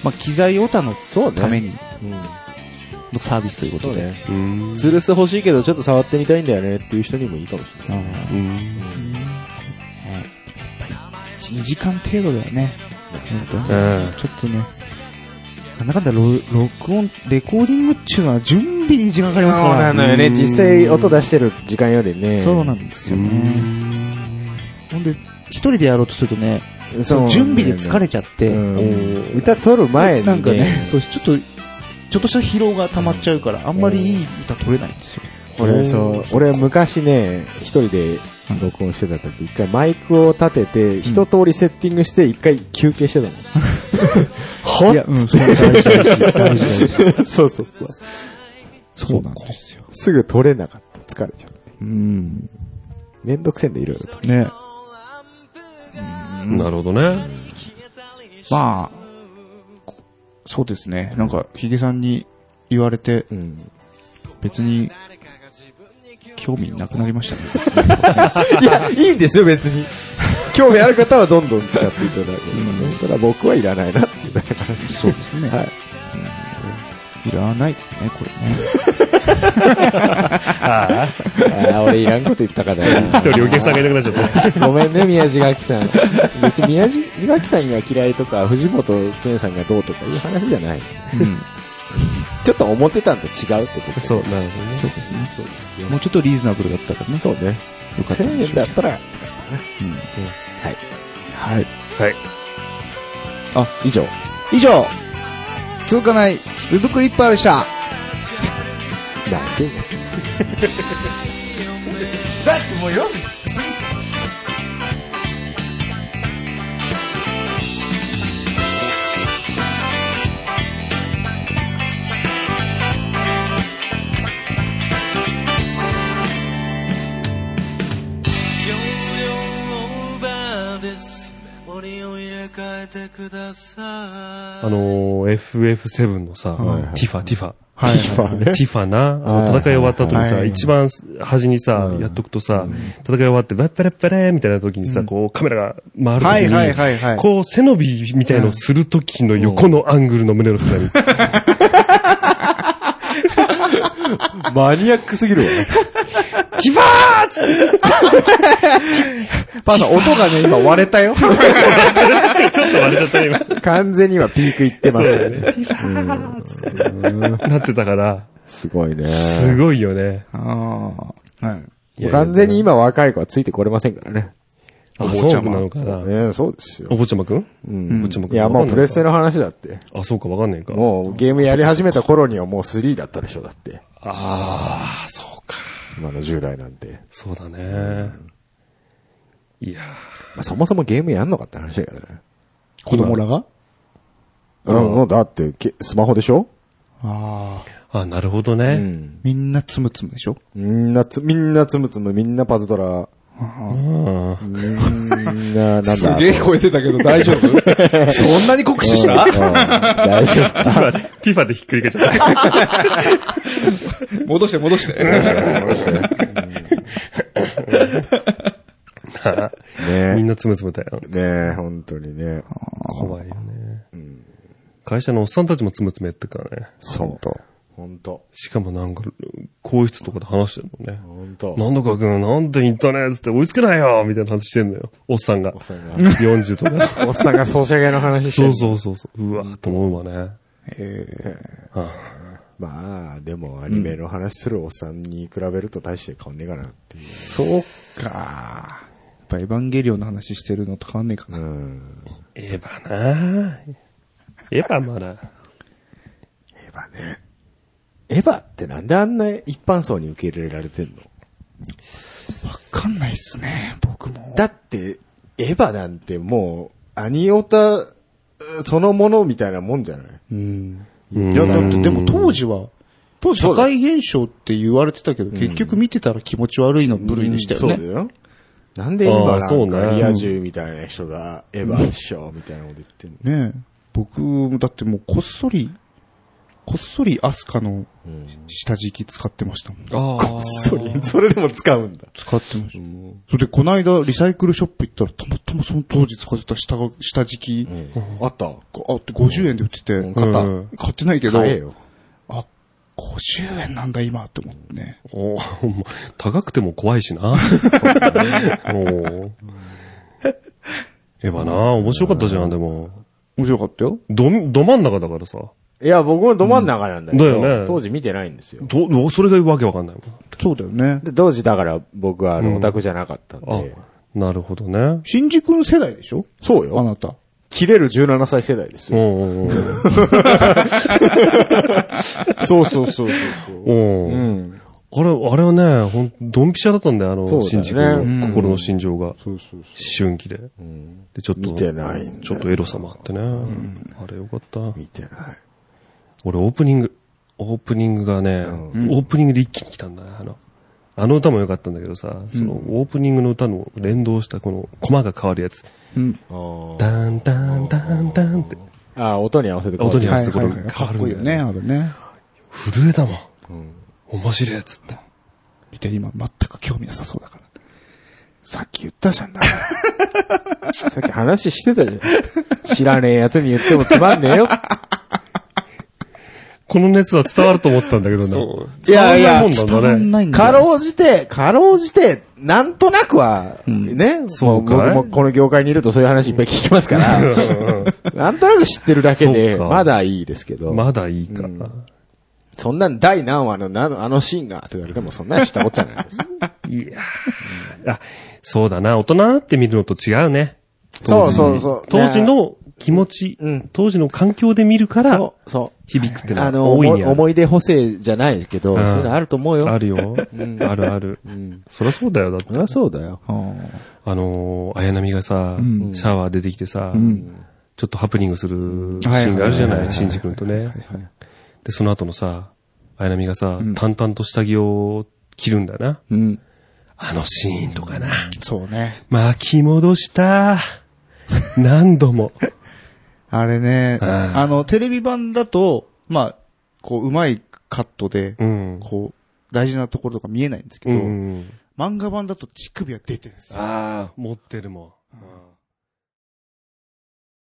Speaker 1: まあ、機材オタの
Speaker 3: そうね。
Speaker 1: ために
Speaker 3: うん
Speaker 1: のサービスということ
Speaker 3: そう
Speaker 1: で。
Speaker 3: ね。
Speaker 4: うん。
Speaker 3: ツールス欲しいけど、ちょっと触ってみたいんだよねっていう人にもいいかもし
Speaker 1: う
Speaker 3: れない。
Speaker 1: ん
Speaker 4: うん。
Speaker 1: 2時間程度だよね。本当に
Speaker 4: ええ
Speaker 1: ちょっとね、なんだかんだロ録音、レコーディングっていうのは準備に時間かかりますから
Speaker 3: のよね。実際音出してる時間よりね
Speaker 1: そうなんですよね。ほんで、一人でやろうとするとね、
Speaker 3: そうなんだよね
Speaker 1: 準備で疲れちゃって、
Speaker 3: うん歌取る前に。
Speaker 1: なんかね、そうちょっと、ちょっとした疲労が溜まっちゃうから、あんまりいい歌取れないんですよ。
Speaker 3: これそう、俺昔ね、一人で録音してた時、一回マイクを立てて、一通りセッティングして、一回休憩してたの。
Speaker 1: いや、うん、 それは 大事大事大事大事。
Speaker 3: は そうそうそう。
Speaker 1: そうなんですよ。
Speaker 3: すぐ取れなかった。疲れちゃって。
Speaker 1: うん。
Speaker 3: めんどくせんでいろいろと。
Speaker 1: ね。
Speaker 4: なるほどね。
Speaker 1: まあ、こそうですね。なんか、ヒゲさんに言われて、
Speaker 3: うん。
Speaker 1: 別に、興味なくなりましたね。
Speaker 3: いや、いいんですよ、別に。興味ある方はどんどん使っていただければね。ただ僕はいらないなっていうだけの話
Speaker 1: そうですね。
Speaker 3: はい。
Speaker 1: いらないですね、これね。
Speaker 3: ああ、俺いらんこと言ったかだよ。
Speaker 4: 一人お客さんがい なくなっちゃった。
Speaker 3: ごめんね、宮地 垣さん。別に宮地垣さんが嫌いとか、藤本健さんがどうとかいう話じゃない。ちょっと思ってたんと違うってこと
Speaker 4: そう、なるほどね。
Speaker 1: そうですね。もうちょっとリーズナブルだったらね。
Speaker 3: そうね。
Speaker 1: よかったん
Speaker 3: 1000
Speaker 1: でしょう
Speaker 3: 円
Speaker 1: けど
Speaker 3: だったら、
Speaker 1: はい。
Speaker 4: はい。
Speaker 3: あ、以上。
Speaker 1: 以上、続かない、ウブクリッパーでした。
Speaker 3: なんで
Speaker 1: だってもう4時
Speaker 7: 容量オーバーです森を入れ替えてください
Speaker 4: あのー、FF7 のさ、ティファ、ティファ。
Speaker 3: はい。ティファね
Speaker 4: ティファな、あの
Speaker 3: はい
Speaker 4: 戦い終わった後にさ、
Speaker 1: はい
Speaker 4: 一番端にさ、やっとくとさ、戦い終わって、バッパラッパラーみたいな時にさ、こうカメラが回る時に、
Speaker 1: はいはいはいはい
Speaker 4: こう背伸びみたいのをする時の横のアングルの胸の下に、
Speaker 3: マニアックすぎるわ。
Speaker 4: ティファーっつって
Speaker 3: パンさん、音がね、今割れたよ。
Speaker 4: ちょっと割れちゃったね、
Speaker 3: 完全に今ピークいってますよね。
Speaker 4: 今。なってたから、
Speaker 3: すごいね。
Speaker 4: すごいよね。
Speaker 1: ああ。はい。
Speaker 4: いや
Speaker 3: 完全に今若い子はついてこれませんからね。
Speaker 4: あ、そうなのかな。
Speaker 3: ええ、そうですよ
Speaker 4: お。坊ちゃまくんお坊ちゃまくん。
Speaker 3: いや、もうプレステ
Speaker 4: の。
Speaker 3: の話だって。
Speaker 4: あ、そうか、わかんないか。
Speaker 3: もうゲームやり始めた頃にはもう3だったでしょ、だって。
Speaker 4: ああ、そうか。
Speaker 3: 今の10代なんて。
Speaker 4: そうだね。いや
Speaker 3: まあそもそもゲームやんのかって話だよね。
Speaker 1: 子供らが
Speaker 3: うん、うん、だってけ、スマホでしょ
Speaker 1: ああ。
Speaker 4: ーあ、なるほど
Speaker 3: う
Speaker 4: ね。
Speaker 3: ん。
Speaker 1: みんなつむつむでしょ
Speaker 3: みんなつ、みんなつむつむ、みんなパズドラ、
Speaker 4: うん
Speaker 3: みんな、なんだ。
Speaker 8: すげえ声出たけど大丈夫 そんなに酷使し
Speaker 3: うん
Speaker 8: た
Speaker 3: 大丈
Speaker 4: ティファで、ティファでひっくり返っちゃった。
Speaker 8: 戻して戻して。
Speaker 3: 夫。ね
Speaker 4: みんなつむつむだよ。
Speaker 3: え。ねえ、本当にね。
Speaker 4: 怖いよね。会社のおっさんたちもつむつむやってたからね。
Speaker 3: そう。本当。
Speaker 4: しかもなんか、更衣室とかで話してるもんね。
Speaker 3: 本当。
Speaker 4: なんだか君、なんでインターネットって追いつけないよみたいな話してんのよ。おっさんが。
Speaker 3: さんが
Speaker 4: 40とか。
Speaker 3: おっさんがソシャゲの話して
Speaker 4: そ
Speaker 3: る
Speaker 4: うそうそうそう。うわーと思うわね。あ
Speaker 3: まあ、でもアニメの話するおっさんに比べると大して変わんねえかなっていう。
Speaker 1: そうか。やっぱエヴァンゲリオンの話してるのと変わんねえかな。
Speaker 3: うん。
Speaker 4: エヴァなーエヴァまだ。
Speaker 3: エヴァね。エヴァってなんであんな一般層に受け入れられてんの
Speaker 1: わかんないっすね、僕も。
Speaker 3: だって、エヴァなんてもう、アニオタうそのものみたいなもんじゃない
Speaker 1: うん。
Speaker 4: うん
Speaker 1: いや、だってでも当時は、当時
Speaker 3: そ
Speaker 1: 社
Speaker 3: うだ
Speaker 1: 会現象って言われてたけど、結局見てたら気持ち悪いの部類でしたよ
Speaker 3: そ
Speaker 1: ね。
Speaker 3: うだよ。なんで今
Speaker 4: あー
Speaker 3: な
Speaker 4: そうんね
Speaker 3: かリア充みたいな人がエヴァっしょみたいなこと言ってんの
Speaker 1: ねえ。僕、だってもうこっそり、こっそりアスカの下敷き使ってましたもん。
Speaker 3: こっそり、それでも使うんだ。
Speaker 1: 使ってました。それで、この間、リサイクルショップ行ったら、たまたまその当時使ってた下が、下敷き、
Speaker 3: あった。
Speaker 1: こあって50円で売ってて、
Speaker 3: 買った
Speaker 1: うん買ってないけど、
Speaker 3: 買えよ。
Speaker 1: あ、50円なんだ今って思ってね。
Speaker 4: おー高くても怖いしな。おーエヴァなー面白かったじゃん、でも。
Speaker 1: 面白かったよ。
Speaker 4: ど、ど真ん中だからさ。
Speaker 3: いや、僕もど真ん中なんだけど、
Speaker 4: うんだよね
Speaker 3: 当時見てないんですよ。
Speaker 4: ど、どそれがわけわかんない
Speaker 8: そうだよね。
Speaker 3: で、当時だから僕はあ
Speaker 4: う
Speaker 3: の、
Speaker 4: ん
Speaker 3: オタクじゃなかったんで、
Speaker 4: もん。あ、なるほどね。
Speaker 8: 新宿の世代でしょ
Speaker 3: そう
Speaker 8: あ
Speaker 3: よ。
Speaker 8: なた。
Speaker 3: 切れる17歳世代です
Speaker 4: う
Speaker 3: よ。
Speaker 4: んうんう ん
Speaker 3: そうそうそうそうそう。
Speaker 4: うん。
Speaker 3: うん。
Speaker 4: あれ、あれはね、ほん、ドンピシャだったんだよ、あの、
Speaker 3: そうだよ
Speaker 4: 新
Speaker 3: ね
Speaker 4: 宿の心の心情が。思
Speaker 3: そうそうそ
Speaker 4: 春期で。で、ちょっと、
Speaker 3: 見てないんだよ
Speaker 4: ちょっとエロさもあってね。あれよかった。
Speaker 3: う。見てない。
Speaker 4: 俺、オープニング、オープニングがね、オープニングで一気に来たんだよ、あの。あの歌も良かったんだけどさ、その、オープニングの歌の連動したこの、コマが変わるやつ。ダンダンダンダンって、
Speaker 3: あ、音に合わせて
Speaker 4: 音に合わせてこの、
Speaker 8: はいはいはい
Speaker 4: 変わるん
Speaker 8: こうい
Speaker 4: だよ
Speaker 8: う
Speaker 4: ね
Speaker 8: ね、。あれね。
Speaker 4: 震えたもん。面白いやつって。
Speaker 8: 見て、今全く興味なさそうだから。さっき言ったじゃんだ。
Speaker 3: さっき話してたじゃん。知 らねえ奴に言ってもつまんねえよ。
Speaker 4: この熱は伝わると思ったんだけどな。
Speaker 3: いやいや
Speaker 4: 伝わんないもんなんだね。
Speaker 8: んないん
Speaker 3: か
Speaker 8: だよ。
Speaker 3: ろうじて、かろうじて、なんとなくは、ね、
Speaker 4: そうかい
Speaker 3: も僕もこの業界にいるとそういう話いっぱい聞きますから、 なんとなく知ってるだけ
Speaker 4: そ
Speaker 3: で、
Speaker 4: うか
Speaker 3: まだいいですけど、
Speaker 4: まだいいか。
Speaker 3: そんなん第何話のなあのシーンが、って言われてもそんなに知ったこっちゃない です。
Speaker 4: いやーあ、そうだな。大人になって見るのと違うね。
Speaker 3: そうそうそう。
Speaker 4: 当時
Speaker 3: ね、
Speaker 4: の気持ち、
Speaker 3: うん
Speaker 4: 当時の環境で見るから
Speaker 3: そう、そ
Speaker 4: 響くって
Speaker 3: う。
Speaker 4: のは
Speaker 3: あの、
Speaker 4: 大い
Speaker 3: 思
Speaker 4: に
Speaker 3: い
Speaker 4: ある。
Speaker 3: 思い出補正じゃないけど、
Speaker 4: うん
Speaker 3: そういうのあると思うよ。
Speaker 4: あるよ。あるある。そりゃそうだよ。だって
Speaker 3: そりゃそうだよ。
Speaker 4: あのー、綾波がさ、シャワー出てきてさ、ちょっとハプニングするシーンがあるじゃない、新次君とね。で、その後のさ、綾波がさ、淡々と下着を着るんだよな。
Speaker 8: うん。
Speaker 4: あのシーンとかな。
Speaker 8: そうね。
Speaker 4: 巻き戻した。何度も。
Speaker 8: あれね、
Speaker 4: うん
Speaker 8: あの、テレビ版だと、まあ、こう、うまいカットで、
Speaker 4: うん。
Speaker 8: こう、大事なところとか見えないんですけ
Speaker 4: う
Speaker 8: ど、
Speaker 4: ん。
Speaker 8: 漫画版だと乳首は出てるんですよ。
Speaker 4: ああ、持ってるもん。